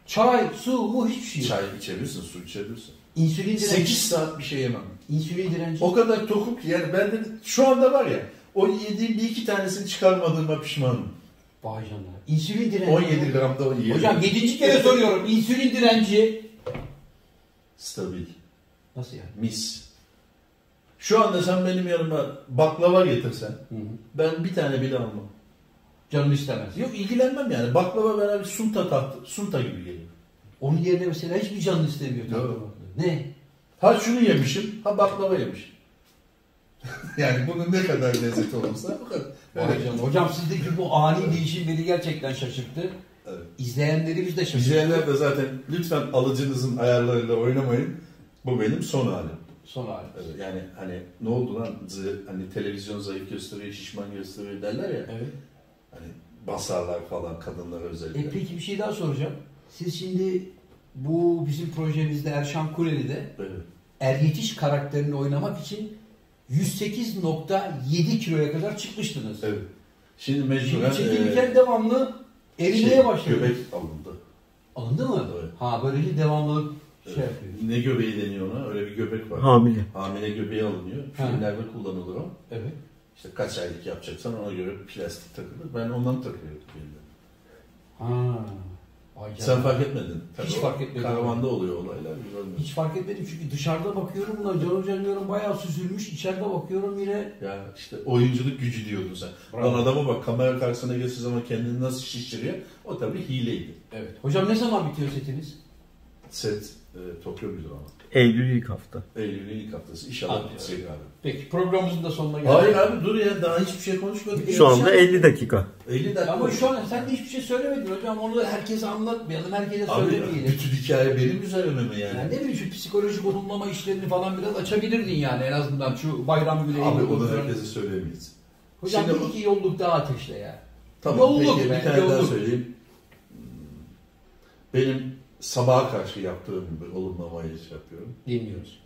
A: Çay, su, mu hiçbir şey. yok.
B: Çay içebilirsin, su içebilirsin.
A: İnsülin direnci.
B: 8 saat bir şey yemem.
A: İnsülin direnci.
B: O kadar tokum ki yani ben de şu anda var ya o yediğim bir iki tanesini çıkarmadığıma pişmanım.
A: Vay canına. İnsülin direnci.
B: 17 gram da yiyebilirim.
A: Hocam 7. kere soruyorum. İnsülin direnci.
B: Stabil.
A: Nasıl yani?
B: Mis. Şu anda sen benim yanıma baklava getirsen ben bir tane bile almam.
A: Canım istemez.
B: Yok ilgilenmem yani. Baklava bana bir sunta tatlı, sunta gibi geliyor.
A: Onun yerine mesela hiçbir canlı istemiyor.
B: Yok.
A: Ne?
B: Ha şunu yemişim, ha baklava yemişim. <laughs> yani bunun ne kadar lezzet olursa bu kadar.
A: Vay canına. Hocam sizdeki bu ani değişim beni gerçekten şaşırttı.
B: Evet.
A: İzleyenlerimiz de şaşırttı.
B: İzleyenler de zaten lütfen alıcınızın ayarlarıyla oynamayın. Bu benim son halim.
A: Son hali.
B: Evet, Yani hani ne oldu lan? Zı- Hani televizyon zayıf gösteriyor, şişman gösteriyor derler ya.
A: Evet.
B: Hani basarlar falan kadınlara özellikle.
A: E peki bir şey daha soracağım. Siz şimdi bu bizim projemizde Erşan Kuleli'de
B: Evet.
A: er yetiş karakterini oynamak için 108.7 kiloya kadar çıkmıştınız.
B: Evet. Şimdi mecburen
A: Şimdi çekilirken
B: eee,
A: devamlı erimeye
B: şey,
A: başladı.
B: Göbek alındı.
A: Alındı mı?
B: Evet.
A: Ha böylece devamlılık şey
B: Evet.
A: yapıyor.
B: Ne göbeği deniyor ona? Öyle bir göbek var.
E: Hamile.
B: Hamile göbeği alınıyor.
A: Ha.
B: Filmlerde kullanılır o.
A: Evet.
B: İşte kaç aylık yapacaksan ona göre plastik takılır. Ben ondan takıyordum.
A: Ha. Ay
B: Sen
A: ya.
B: fark etmedin.
A: Hiç
B: o
A: fark etmedim.
B: Karavanda oluyor olaylar. Biz görmüyoruz.
A: Hiç fark etmedim çünkü dışarıda bakıyorum lan canım canım diyorum bayağı süzülmüş. İçeride bakıyorum yine
B: Ya işte oyunculuk gücü diyordun sen. Lan adama bak kamera karşısına geçtiği zaman kendini nasıl şişiriyor. O tabii hileydi.
A: Evet. Hocam ne zaman bitiyor setiniz?
B: Set e, Tokyo müdür ama.
E: Eylül ilk hafta.
B: Eylül'ün ilk haftası. İnşallah bitecek abi.
A: Peki programımızın da sonuna geldik.
B: Hayır abi dur ya daha hiçbir şey konuşmadık.
E: Şu anda 50 dakika.
B: 50 dakika.
A: Ama şu an sen de hiçbir şey söylemedin hocam. Onu da herkese anlatmayalım, herkese
B: Abi
A: söylemeyelim.
B: bütün hikaye benim üzerime mi yani?
A: Yani ne bileyim şu psikolojik olumlama işlerini falan biraz açabilirdin yani en azından şu bayram güneyi.
B: Abi onu
A: oturan-
B: herkese söylemeyiz.
A: Hocam
B: Şimdi
A: bir
B: bu-
A: iki yolluk daha ateşle ya.
B: Tamam
A: Yolluk
B: peki
A: be,
B: bir tane daha
A: yolluk.
B: söyleyeyim. Benim sabaha karşı yaptığım bir olumlamayı yapıyorum.
A: Dinliyoruz.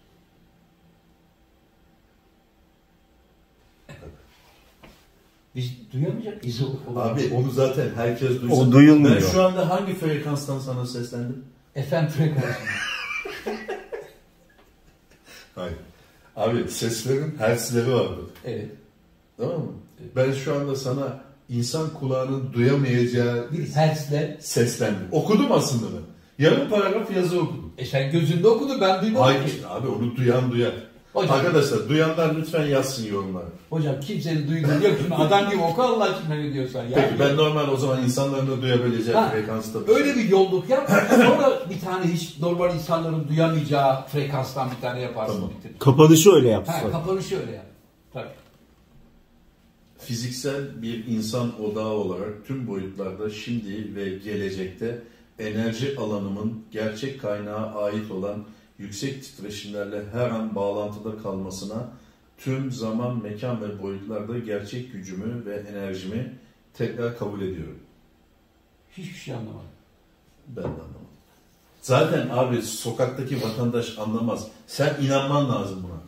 A: Biz duyamayacak mıyız? o- o-
B: Abi onu zaten herkes duysa.
E: O duyulmuyor.
B: Ben şu anda hangi frekanstan sana seslendim?
A: FM frekansı.
B: Hayır. Abi seslerin hertzleri vardır.
A: evet.
B: Tamam mı? Ben şu anda sana insan kulağının duyamayacağı bir
A: Hertzler.
B: seslendim. Okudum aslında ben. Yarım paragraf yazı okudum.
A: E sen gözünde okudun ben duymadım ki.
B: Hayır abi onu duyan duyar.
A: Hocam.
B: Arkadaşlar duyanlar lütfen yazsın yorumlara.
A: Hocam kimsenin duyduğu yok. Şimdi adam gibi oku Allah aşkına ne diyorsan. ya.
B: Peki ben normal o zaman insanların da duyabileceği
A: Ha,
B: frekansta
A: Öyle bir yolluk yap. Sonra bir tane hiç normal insanların duyamayacağı frekanstan bir tane yaparsın.
B: Tamam.
A: Bitir.
E: Kapanışı öyle
A: Ha,
E: yapsın.
A: kapanışı öyle yap. Tabii.
B: fiziksel bir insan odağı olarak tüm boyutlarda şimdi ve gelecekte enerji alanımın gerçek kaynağa ait olan yüksek titreşimlerle her an bağlantıda kalmasına tüm zaman, mekan ve boyutlarda gerçek gücümü ve enerjimi tekrar kabul ediyorum.
A: Hiçbir şey anlamadım.
B: Ben de anlamadım. Zaten abi sokaktaki vatandaş anlamaz. Sen inanman lazım buna.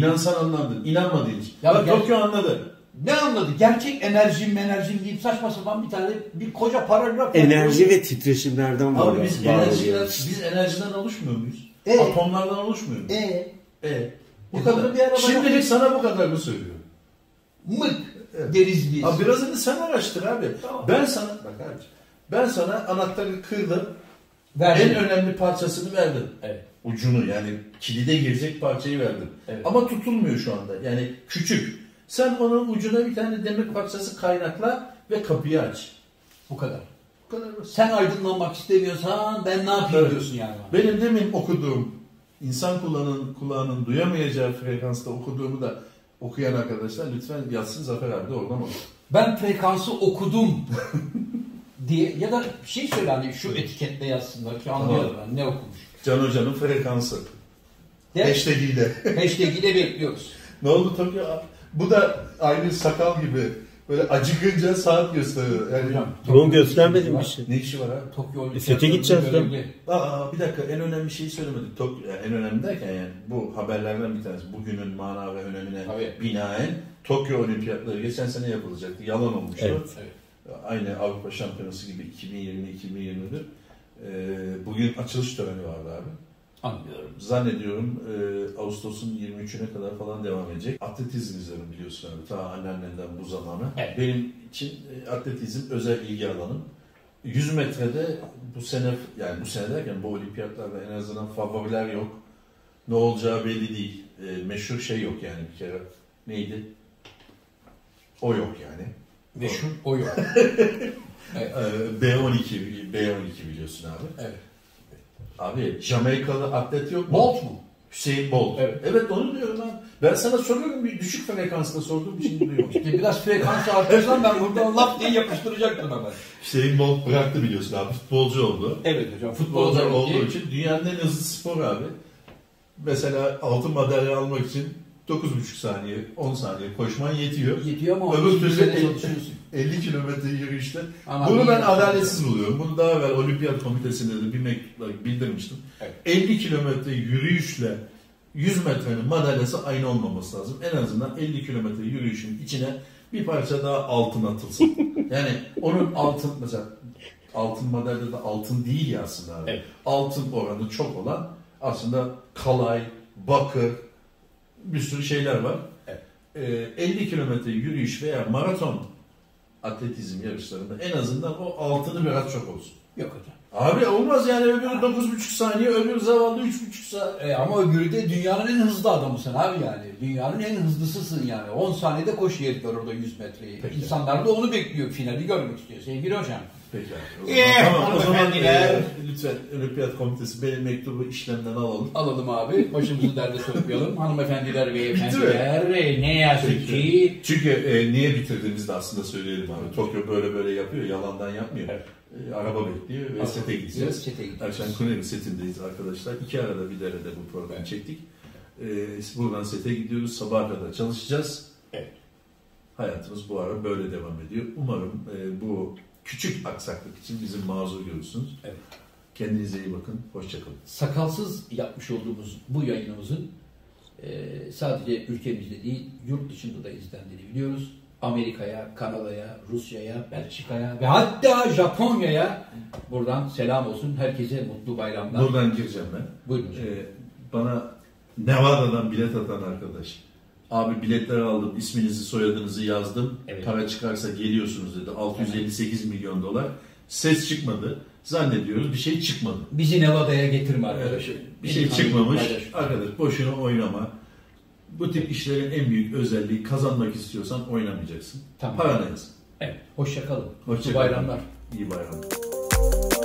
B: İnansan anladın, inanmadın hiç.
A: Ya
B: Ya Bak
A: gel-
B: Tokyo anladı.
A: Ne anladı? Gerçek enerjim enerjim deyip saçma sapan bir tane bir koca paragraf.
G: Enerji ve titreşimlerden var.
B: Abi biz
G: var
B: enerjiden,
G: oluyoruz.
B: biz enerjiden oluşmuyor muyuz?
A: Evet.
B: Atomlardan oluşmuyor muyuz?
A: Eee?
B: Evet.
A: E? Bu kadar bir arabada-
B: Şimdilik sana bu kadarını söylüyorum.
A: Mık deriz biz.
B: Abi birazını sen araştır abi. Ben sana bak abi. Ben sana anahtarı kırdım.
A: Verdim.
B: En önemli parçasını verdim.
A: Evet.
B: Ucunu yani kilide girecek parçayı verdim.
A: Evet.
B: Ama tutulmuyor şu anda. Yani küçük. Sen onun ucuna bir tane demir parçası kaynakla ve kapıyı aç.
A: Bu kadar.
B: Bu kadar basit.
A: Sen aydınlanmak istemiyorsan ben ne yapayım
B: Evet.
A: diyorsun yani.
B: Benim demin okuduğum insan kulağının kulağının duyamayacağı frekansta okuduğumu da okuyan arkadaşlar lütfen yazsın Zafer abi de oradan okur.
A: Ben frekansı
B: <laughs>
A: okudum diye ya da bir şey söyle hani şu etiketle yazsınlar ki anlayalım
B: Tamam.
A: hani ne okumuş.
B: Can Hoca'nın frekansı.
A: De,
B: Hashtag'iyle.
A: hashtag'i de bekliyoruz.
B: ne oldu Tokyo? Bu da aynı sakal gibi. Böyle acıkınca saat gösteriyor. Yani
E: Bunu göstermedim bir şey.
B: ne işi var abi?
A: Tokyo Olimpiyatları'nın
E: sete gideceğiz lan.
A: görevli.
B: Aa, bir dakika en önemli şeyi söylemedik. Tokyo, yani en önemli derken yani bu haberlerden bir tanesi. Bugünün mana ve önemine
A: Tabii.
B: binaen Tokyo Olimpiyatları geçen sene yapılacaktı. Yalan olmuştu.
E: Evet.
A: Evet.
B: Aynı Avrupa Şampiyonası gibi 2020-2021. Ee, bugün açılış töreni vardı abi.
A: Anlıyorum.
B: Zannediyorum e, Ağustos'un 23'üne kadar falan devam edecek. Atletizm izlerim biliyorsun abi. Ta anneannemden bu zamana.
A: Evet.
B: Benim için e, atletizm özel ilgi alanım. 100 metrede bu sene, yani bu sene derken bu olimpiyatlarda en azından favoriler yok. Ne olacağı belli değil. E, meşhur şey yok yani bir kere. Neydi? O yok yani.
A: Meşhur o yok.
B: E, B12, B12 biliyorsun abi.
A: Evet.
B: Abi Jamaikalı atlet yok mu?
A: Bolt mu?
B: Hüseyin Bolt.
A: Evet.
B: Evet. onu diyorum ben. Ben sana soruyorum bir düşük frekansla sorduğum <laughs> için duyuyormuş.
A: İşte biraz frekansı artırsan ben buradan laf diye yapıştıracaktım hemen.
B: Hüseyin Bolt bıraktı biliyorsun abi. Futbolcu oldu.
A: Evet hocam
B: Futbolcu
A: futbolda
B: olduğu için dünyanın en hızlı spor abi. Mesela altın madalya almak için 9,5 saniye, 10 saniye koşman yetiyor.
A: yetiyor ama
B: Öbür
A: onun
B: türlü-
A: üzerine çalışıyorsun.
B: 50 kilometre yürüyüşte.
A: Ama
B: Bunu
A: bir-
B: ben adaletsiz buluyorum. Bunu daha evvel olimpiyat komitesinde de bir mektupla bildirmiştim.
A: Evet.
B: 50 kilometre yürüyüşle 100 metrenin madalyası aynı olmaması lazım. En azından 50 kilometre yürüyüşün içine bir parça daha altın atılsın.
A: <laughs>
B: yani onun altın mesela altın madalyada da altın değil ya aslında. abi.
A: Evet.
B: Altın oranı çok olan aslında kalay, bakır, bir sürü şeyler var. Ee, 50 kilometre yürüyüş veya maraton atletizm yarışlarında en azından o altını biraz çok olsun.
A: Yok hocam.
B: Abi olmaz yani öbürü 9,5 saniye, öbürü zavallı 3,5 saniye.
A: E, ama öbürü de dünyanın en hızlı adamısın abi yani. Dünyanın en hızlısısın yani. 10 saniyede koşuyor herifler orada 100 metreyi. İnsanlar da onu bekliyor. Finali görmek istiyor sevgili hocam.
B: Peki abi.
A: Eh,
B: tamam o zaman
A: hanımefendiler.
B: e, lütfen Olimpiyat Komitesi benim mektubu işlemden alalım.
A: Alalım abi. Başımızı derde sokmayalım. Hanımefendiler ve beyefendiler. e, Ne yazık ki.
B: Çünkü e, niye bitirdiğimizi de aslında söyleyelim abi. Tokyo böyle böyle yapıyor, yalandan yapmıyor. E, araba bekliyor ve sete gideceğiz.
A: Sete gideceğiz.
B: Erşen Kuneri setindeyiz arkadaşlar. İki arada bir derede bu programı çektik. E, buradan sete gidiyoruz. Sabaha kadar çalışacağız. Hayatımız bu ara böyle devam ediyor. Umarım e, bu küçük aksaklık için bizim mazur görürsünüz.
A: Evet.
B: Kendinize iyi bakın. Hoşçakalın.
A: Sakalsız yapmış olduğumuz bu yayınımızın e, sadece ülkemizde değil yurt dışında da izlendiğini biliyoruz. Amerika'ya, Kanada'ya, Rusya'ya, Belçika'ya ve hatta Japonya'ya buradan selam olsun. Herkese mutlu bayramlar.
B: Buradan gireceğim ben.
A: Buyurun hocam.
B: Ee, bana Nevada'dan bilet atan arkadaş. Abi biletler aldım, isminizi soyadınızı yazdım.
A: Evet.
B: Para çıkarsa geliyorsunuz dedi. 658 milyon dolar. Ses çıkmadı. Zannediyoruz bir şey çıkmadı.
A: Bizi Nevada'ya getirme arkadaşım.
B: Ee, bir şey
A: Beni
B: çıkmamış.
A: tanıyın, paylaşın.
B: Arkadaş boşuna oynama. Bu tip işlerin en büyük özelliği kazanmak istiyorsan oynamayacaksın.
A: Tamam.
B: Paranı yaz.
A: Evet. Hoşçakalın.
B: Hoşça
A: Mutlu
B: kalın.
A: bayramlar.
B: İyi bayramlar.